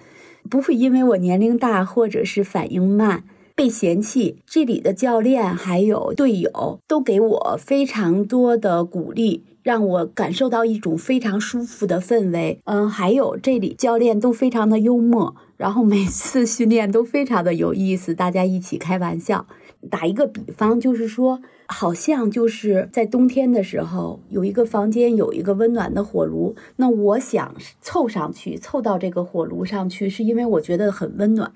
[SPEAKER 8] 不会因为我年龄大或者是反应慢被嫌弃。这里的教练还有队友都给我非常多的鼓励，让我感受到一种非常舒服的氛围。嗯，还有这里教练都非常的幽默，然后每次训练都非常的有意思，大家一起开玩笑。打一个比方，就是说，好像就是在冬天的时候，有一个房间有一个温暖的火炉，那我想凑上去，凑到这个火炉上去，是因为我觉得很温暖。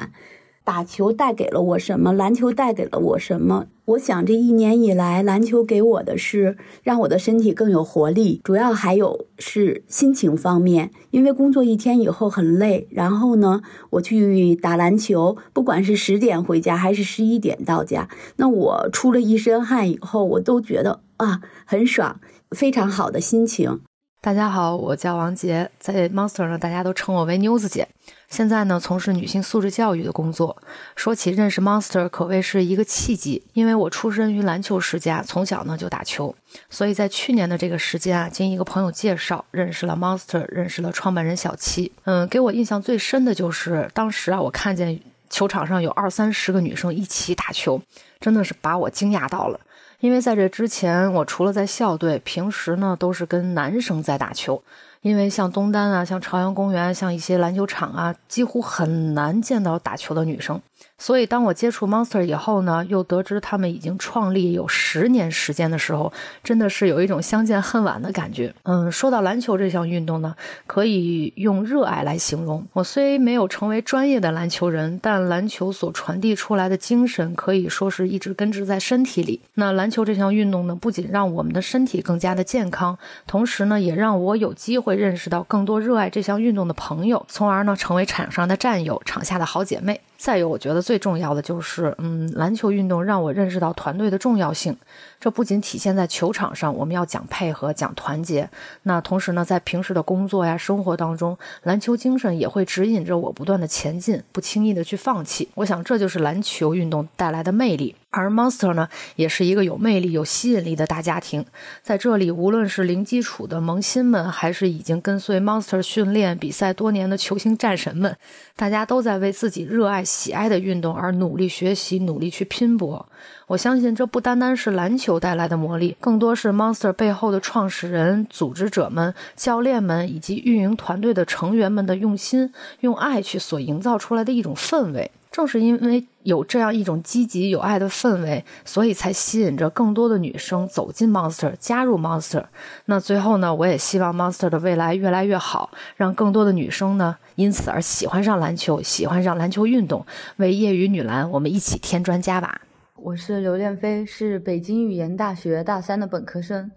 [SPEAKER 8] 打球带给了我什么？篮球带给了我什么？我想这一年以来，篮球给我的是让我的身体更有活力，主要还有是心情方面，因为工作一天以后很累，然后呢，我去打篮球，不管是十点回家还是十一点到家，那我出了一身汗以后，我都觉得啊很爽，非常好的心情。
[SPEAKER 9] 大家好，我叫王杰，在 Monster 呢，大家都称我为妞子姐。现在呢，从事女性素质教育的工作。说起认识 Monster，可谓是一个契机，因为我出身于篮球世家，从小呢就打球，所以在去年的这个时间啊，经一个朋友介绍，认识了 Monster，认识了创办人小七。嗯，给我印象最深的就是当时啊，我看见球场上有二三十个女生一起打球，真的是把我惊讶到了。因为在这之前，我除了在校队，平时呢都是跟男生在打球。因为像东单啊、像朝阳公园、像一些篮球场啊，几乎很难见到打球的女生。所以，当我接触 Monster 以后呢，又得知他们已经创立有十年时间的时候，真的是有一种相见恨晚的感觉。嗯，说到篮球这项运动呢，可以用热爱来形容。我虽没有成为专业的篮球人，但篮球所传递出来的精神可以说是一直根植在身体里。那篮球这项运动呢，不仅让我们的身体更加的健康，同时呢，也让我有机会认识到更多热爱这项运动的朋友，从而呢，成为场上的战友，场下的好姐妹。再有，我觉得最重要的就是，嗯，篮球运动让我认识到团队的重要性。这不仅体现在球场上，我们要讲配合、讲团结。那同时呢，在平时的工作呀、生活当中，篮球精神也会指引着我不断的前进，不轻易的去放弃。我想这就是篮球运动带来的魅力。而 Monster 呢，也是一个有魅力、有吸引力的大家庭。在这里，无论是零基础的萌新们，还是已经跟随 Monster 训练比赛多年的球星战神们，大家都在为自己热爱、喜爱的运动而努力学习、努力去拼搏。我相信这不单单是篮球带来的魔力，更多是 Monster 背后的创始人、组织者们、教练们以及运营团队的成员们的用心、用爱去所营造出来的一种氛围。正是因为有这样一种积极有爱的氛围，所以才吸引着更多的女生走进 Monster，加入 Monster。那最后呢，我也希望 Monster 的未来越来越好，让更多的女生呢因此而喜欢上篮球，喜欢上篮球运动，为业余女篮我们一起添砖加瓦。
[SPEAKER 10] 我是刘恋飞，是北京语言大学大三的本科生。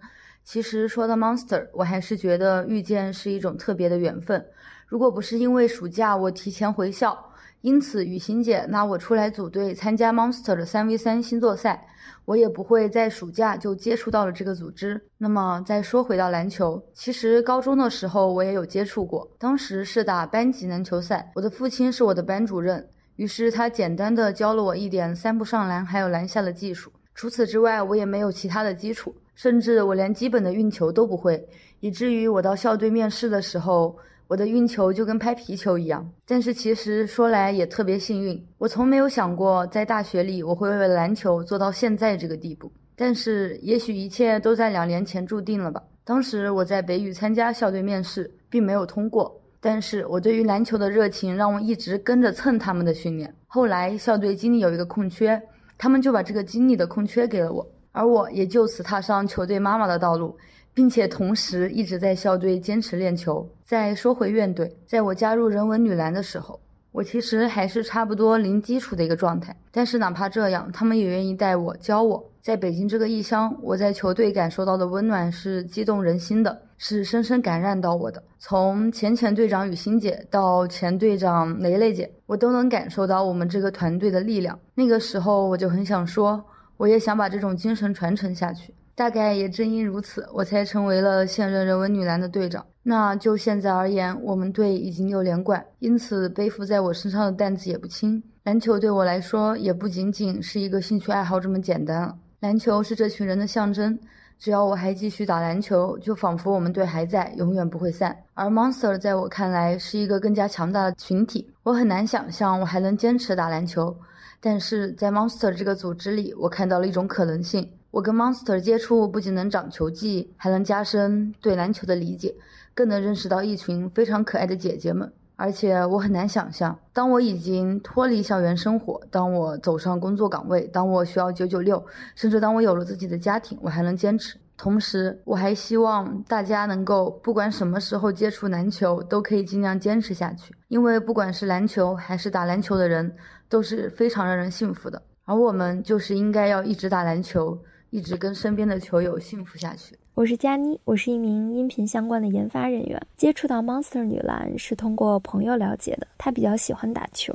[SPEAKER 10] 其实说到 Monster，我还是觉得遇见是一种特别的缘分。如果不是因为暑假我提前回校，因此雨欣姐拉我出来组队参加 Monster 的3 v 3星座赛，我也不会在暑假就接触到了这个组织。那么再说回到篮球，其实高中的时候我也有接触过，当时是打班级篮球赛，我的父亲是我的班主任。于是他简单的教了我一点三步上篮还有篮下的技术。除此之外，我也没有其他的基础，甚至我连基本的运球都不会，以至于我到校队面试的时候，我的运球就跟拍皮球一样。但是其实说来也特别幸运，我从没有想过在大学里我会为了篮球做到现在这个地步。但是也许一切都在两年前注定了吧。当时我在北语参加校队面试，并没有通过。但是我对于篮球的热情让我一直跟着蹭他们的训练。后来校队经理有一个空缺，他们就把这个经理的空缺给了我，而我也就此踏上球队妈妈的道路，并且同时一直在校队坚持练球。再说回院队，在我加入人文女篮的时候，我其实还是差不多零基础的一个状态，但是哪怕这样，他们也愿意带我教我。在北京这个异乡，我在球队感受到的温暖是激动人心的，是深深感染到我的。从前前队长雨欣姐到前队长雷雷姐，我都能感受到我们这个团队的力量。那个时候，我就很想说，我也想把这种精神传承下去。大概也正因如此，我才成为了现任人文女篮的队长。那就现在而言，我们队已经六连冠，因此背负在我身上的担子也不轻。篮球对我来说，也不仅仅是一个兴趣爱好这么简单了。篮球是这群人的象征，只要我还继续打篮球，就仿佛我们队还在，永远不会散。而 Monster 在我看来是一个更加强大的群体，我很难想象我还能坚持打篮球，但是在 Monster 这个组织里，我看到了一种可能性。我跟 Monster 接触，不仅能长球技，还能加深对篮球的理解，更能认识到一群非常可爱的姐姐们。而且我很难想象，当我已经脱离校园生活，当我走上工作岗位，当我需要九九六，甚至当我有了自己的家庭，我还能坚持。同时，我还希望大家能够，不管什么时候接触篮球，都可以尽量坚持下去，因为不管是篮球还是打篮球的人，都是非常让人幸福的。而我们就是应该要一直打篮球，一直跟身边的球友幸福下去。
[SPEAKER 11] 我是佳妮，我是一名音频相关的研发人员。接触到 Monster 女篮是通过朋友了解的，她比较喜欢打球，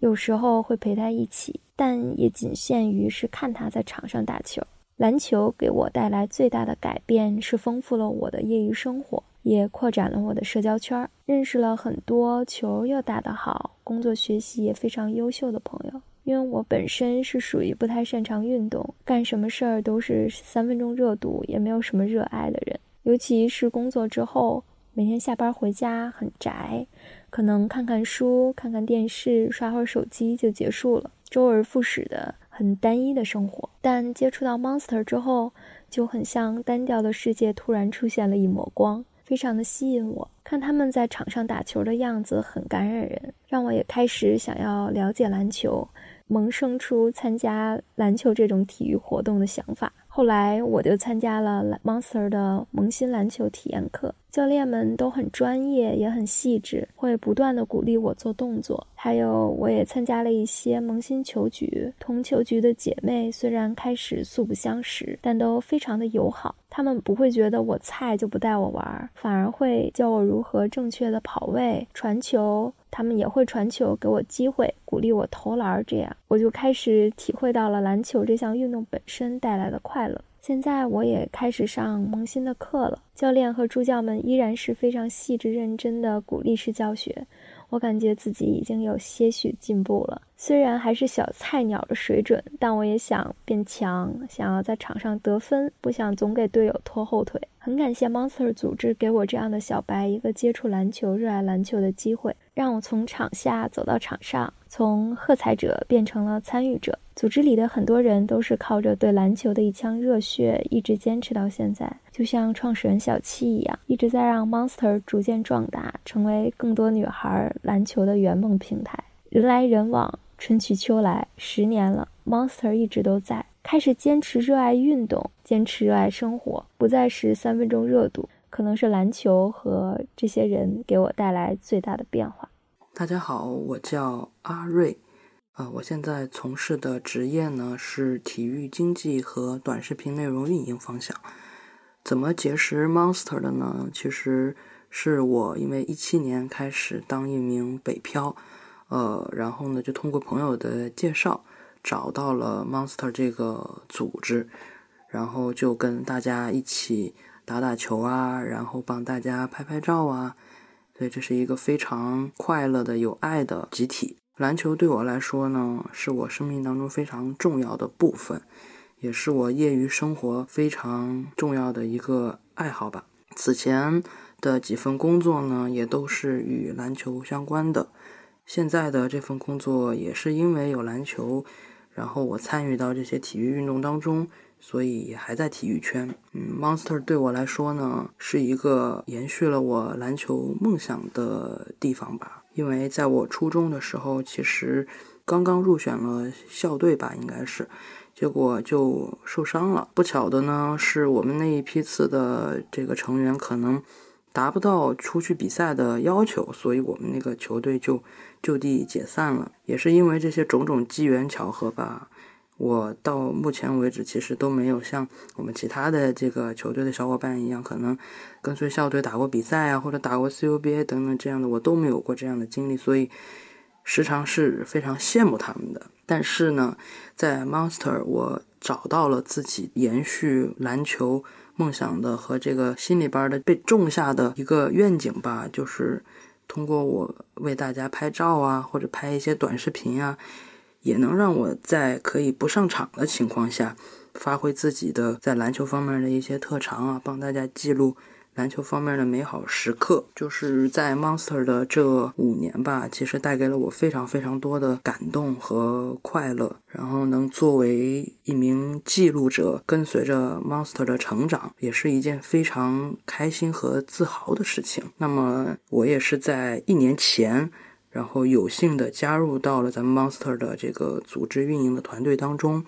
[SPEAKER 11] 有时候会陪她一起，但也仅限于是看她在场上打球。篮球给我带来最大的改变是丰富了我的业余生活，也扩展了我的社交圈儿，认识了很多球又打得好、工作学习也非常优秀的朋友。因为我本身是属于不太擅长运动，干什么事儿都是三分钟热度，也没有什么热爱的人。尤其是工作之后，每天下班回家很宅，可能看看书、看看电视、刷会儿手机就结束了，周而复始的很单一的生活。但接触到 Monster 之后，就很像单调的世界突然出现了一抹光，非常的吸引我。看他们在场上打球的样子很感染人，让我也开始想要了解篮球。萌生出参加篮球这种体育活动的想法。后来我就参加了 Monster 的萌新篮球体验课，教练们都很专业，也很细致，会不断的鼓励我做动作，还有，我也参加了一些萌新球局，同球局的姐妹虽然开始素不相识，但都非常的友好。她们不会觉得我菜就不带我玩儿，反而会教我如何正确的跑位、传球。她们也会传球给我机会，鼓励我投篮儿。这样，我就开始体会到了篮球这项运动本身带来的快乐。现在我也开始上萌新的课了，教练和助教们依然是非常细致认真的鼓励式教学，我感觉自己已经有些许进步了。虽然还是小菜鸟的水准，但我也想变强，想要在场上得分，不想总给队友拖后腿。很感谢 Monster 组织给我这样的小白一个接触篮球、热爱篮球的机会，让我从场下走到场上，从喝彩者变成了参与者。组织里的很多人都是靠着对篮球的一腔热血，一直坚持到现在，就像创始人小七一样，一直在让 Monster 逐渐壮大，成为更多女孩篮球的圆梦平台。人来人往，春去秋来，十年了，Monster 一直都在。开始坚持热爱运动，坚持热爱生活，不再是三分钟热度，可能是篮球和这些人给我带来最大的变化。
[SPEAKER 12] 大家好，我叫阿瑞，啊、我现在从事的职业呢是体育经济和短视频内容运营方向。怎么结识 Monster 的呢？其实是我因为一七年开始当一名北漂，呃，然后呢就通过朋友的介绍找到了 Monster 这个组织，然后就跟大家一起打打球啊，然后帮大家拍拍照啊，所以这是一个非常快乐的、有爱的集体。篮球对我来说呢，是我生命当中非常重要的部分，也是我业余生活非常重要的一个爱好吧。此前的几份工作呢，也都是与篮球相关的。现在的这份工作也是因为有篮球，然后我参与到这些体育运动当中，所以也还在体育圈。嗯，Monster 对我来说呢，是一个延续了我篮球梦想的地方吧。因为在我初中的时候，其实刚刚入选了校队吧，应该是，结果就受伤了。不巧的呢，是我们那一批次的这个成员可能达不到出去比赛的要求，所以我们那个球队就就地解散了。也是因为这些种种机缘巧合吧，我到目前为止其实都没有像我们其他的这个球队的小伙伴一样，可能跟随校队打过比赛啊，或者打过 CUBA 等等这样的，我都没有过这样的经历，所以时常是非常羡慕他们的。但是呢，在 Monster 我找到了自己延续篮球梦想的和这个心里边的被种下的一个愿景吧，就是通过我为大家拍照啊，或者拍一些短视频啊，也能让我在可以不上场的情况下，发挥自己的在篮球方面的一些特长啊，帮大家记录篮球方面的美好时刻。就是在 Monster 的这五年吧，其实带给了我非常非常多的感动和快乐。然后能作为一名记录者，跟随着 Monster 的成长，也是一件非常开心和自豪的事情。那么我也是在一年前。然后有幸的加入到了咱们 Monster 的这个组织运营的团队当中，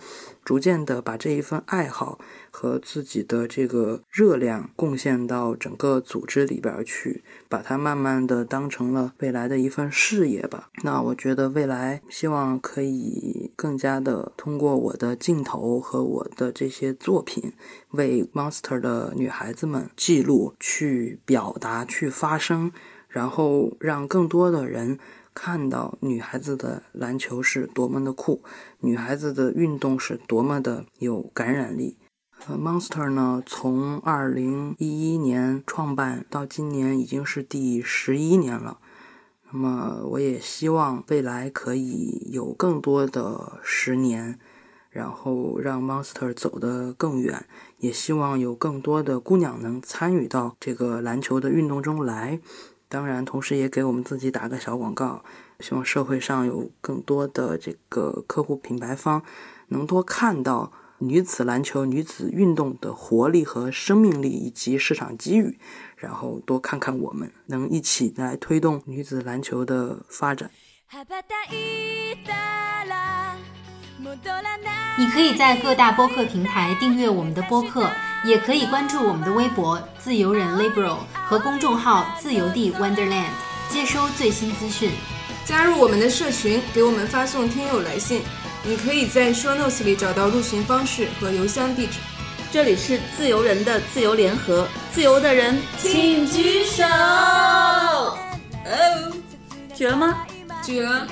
[SPEAKER 12] 逐渐的把这一份爱好和自己的这个热量贡献到整个组织里边儿去，把它慢慢的当成了未来的一份事业吧。那我觉得未来希望可以更加的通过我的镜头和我的这些作品，为 Monster 的女孩子们记录、去表达、去发声。然后让更多的人看到女孩子的篮球是多么的酷，女孩子的运动是多么的有感染力。呃，Monster 呢，从二零一一年创办到今年已经是第十一年了。那么，我也希望未来可以有更多的十年，然后让 Monster 走得更远。也希望有更多的姑娘能参与到这个篮球的运动中来。当然，同时也给我们自己打个小广告，希望社会上有更多的这个客户品牌方能多看到女子篮球、女子运动的活力和生命力以及市场机遇，然后多看看我们，能一起来推动女子篮球的发展。
[SPEAKER 2] 你可以在各大播客平台订阅我们的播客，也可以关注我们的微博“自由人 Libro” 和公众号“自由地 Wonderland”，接收最新资讯。
[SPEAKER 3] 加入我们的社群，给我们发送听友来信。你可以在 show notes 里找到入群方式和邮箱地址。
[SPEAKER 5] 这里是自由人的自由联合，自由的人
[SPEAKER 1] 请举手。
[SPEAKER 5] 举了吗？
[SPEAKER 3] 举了。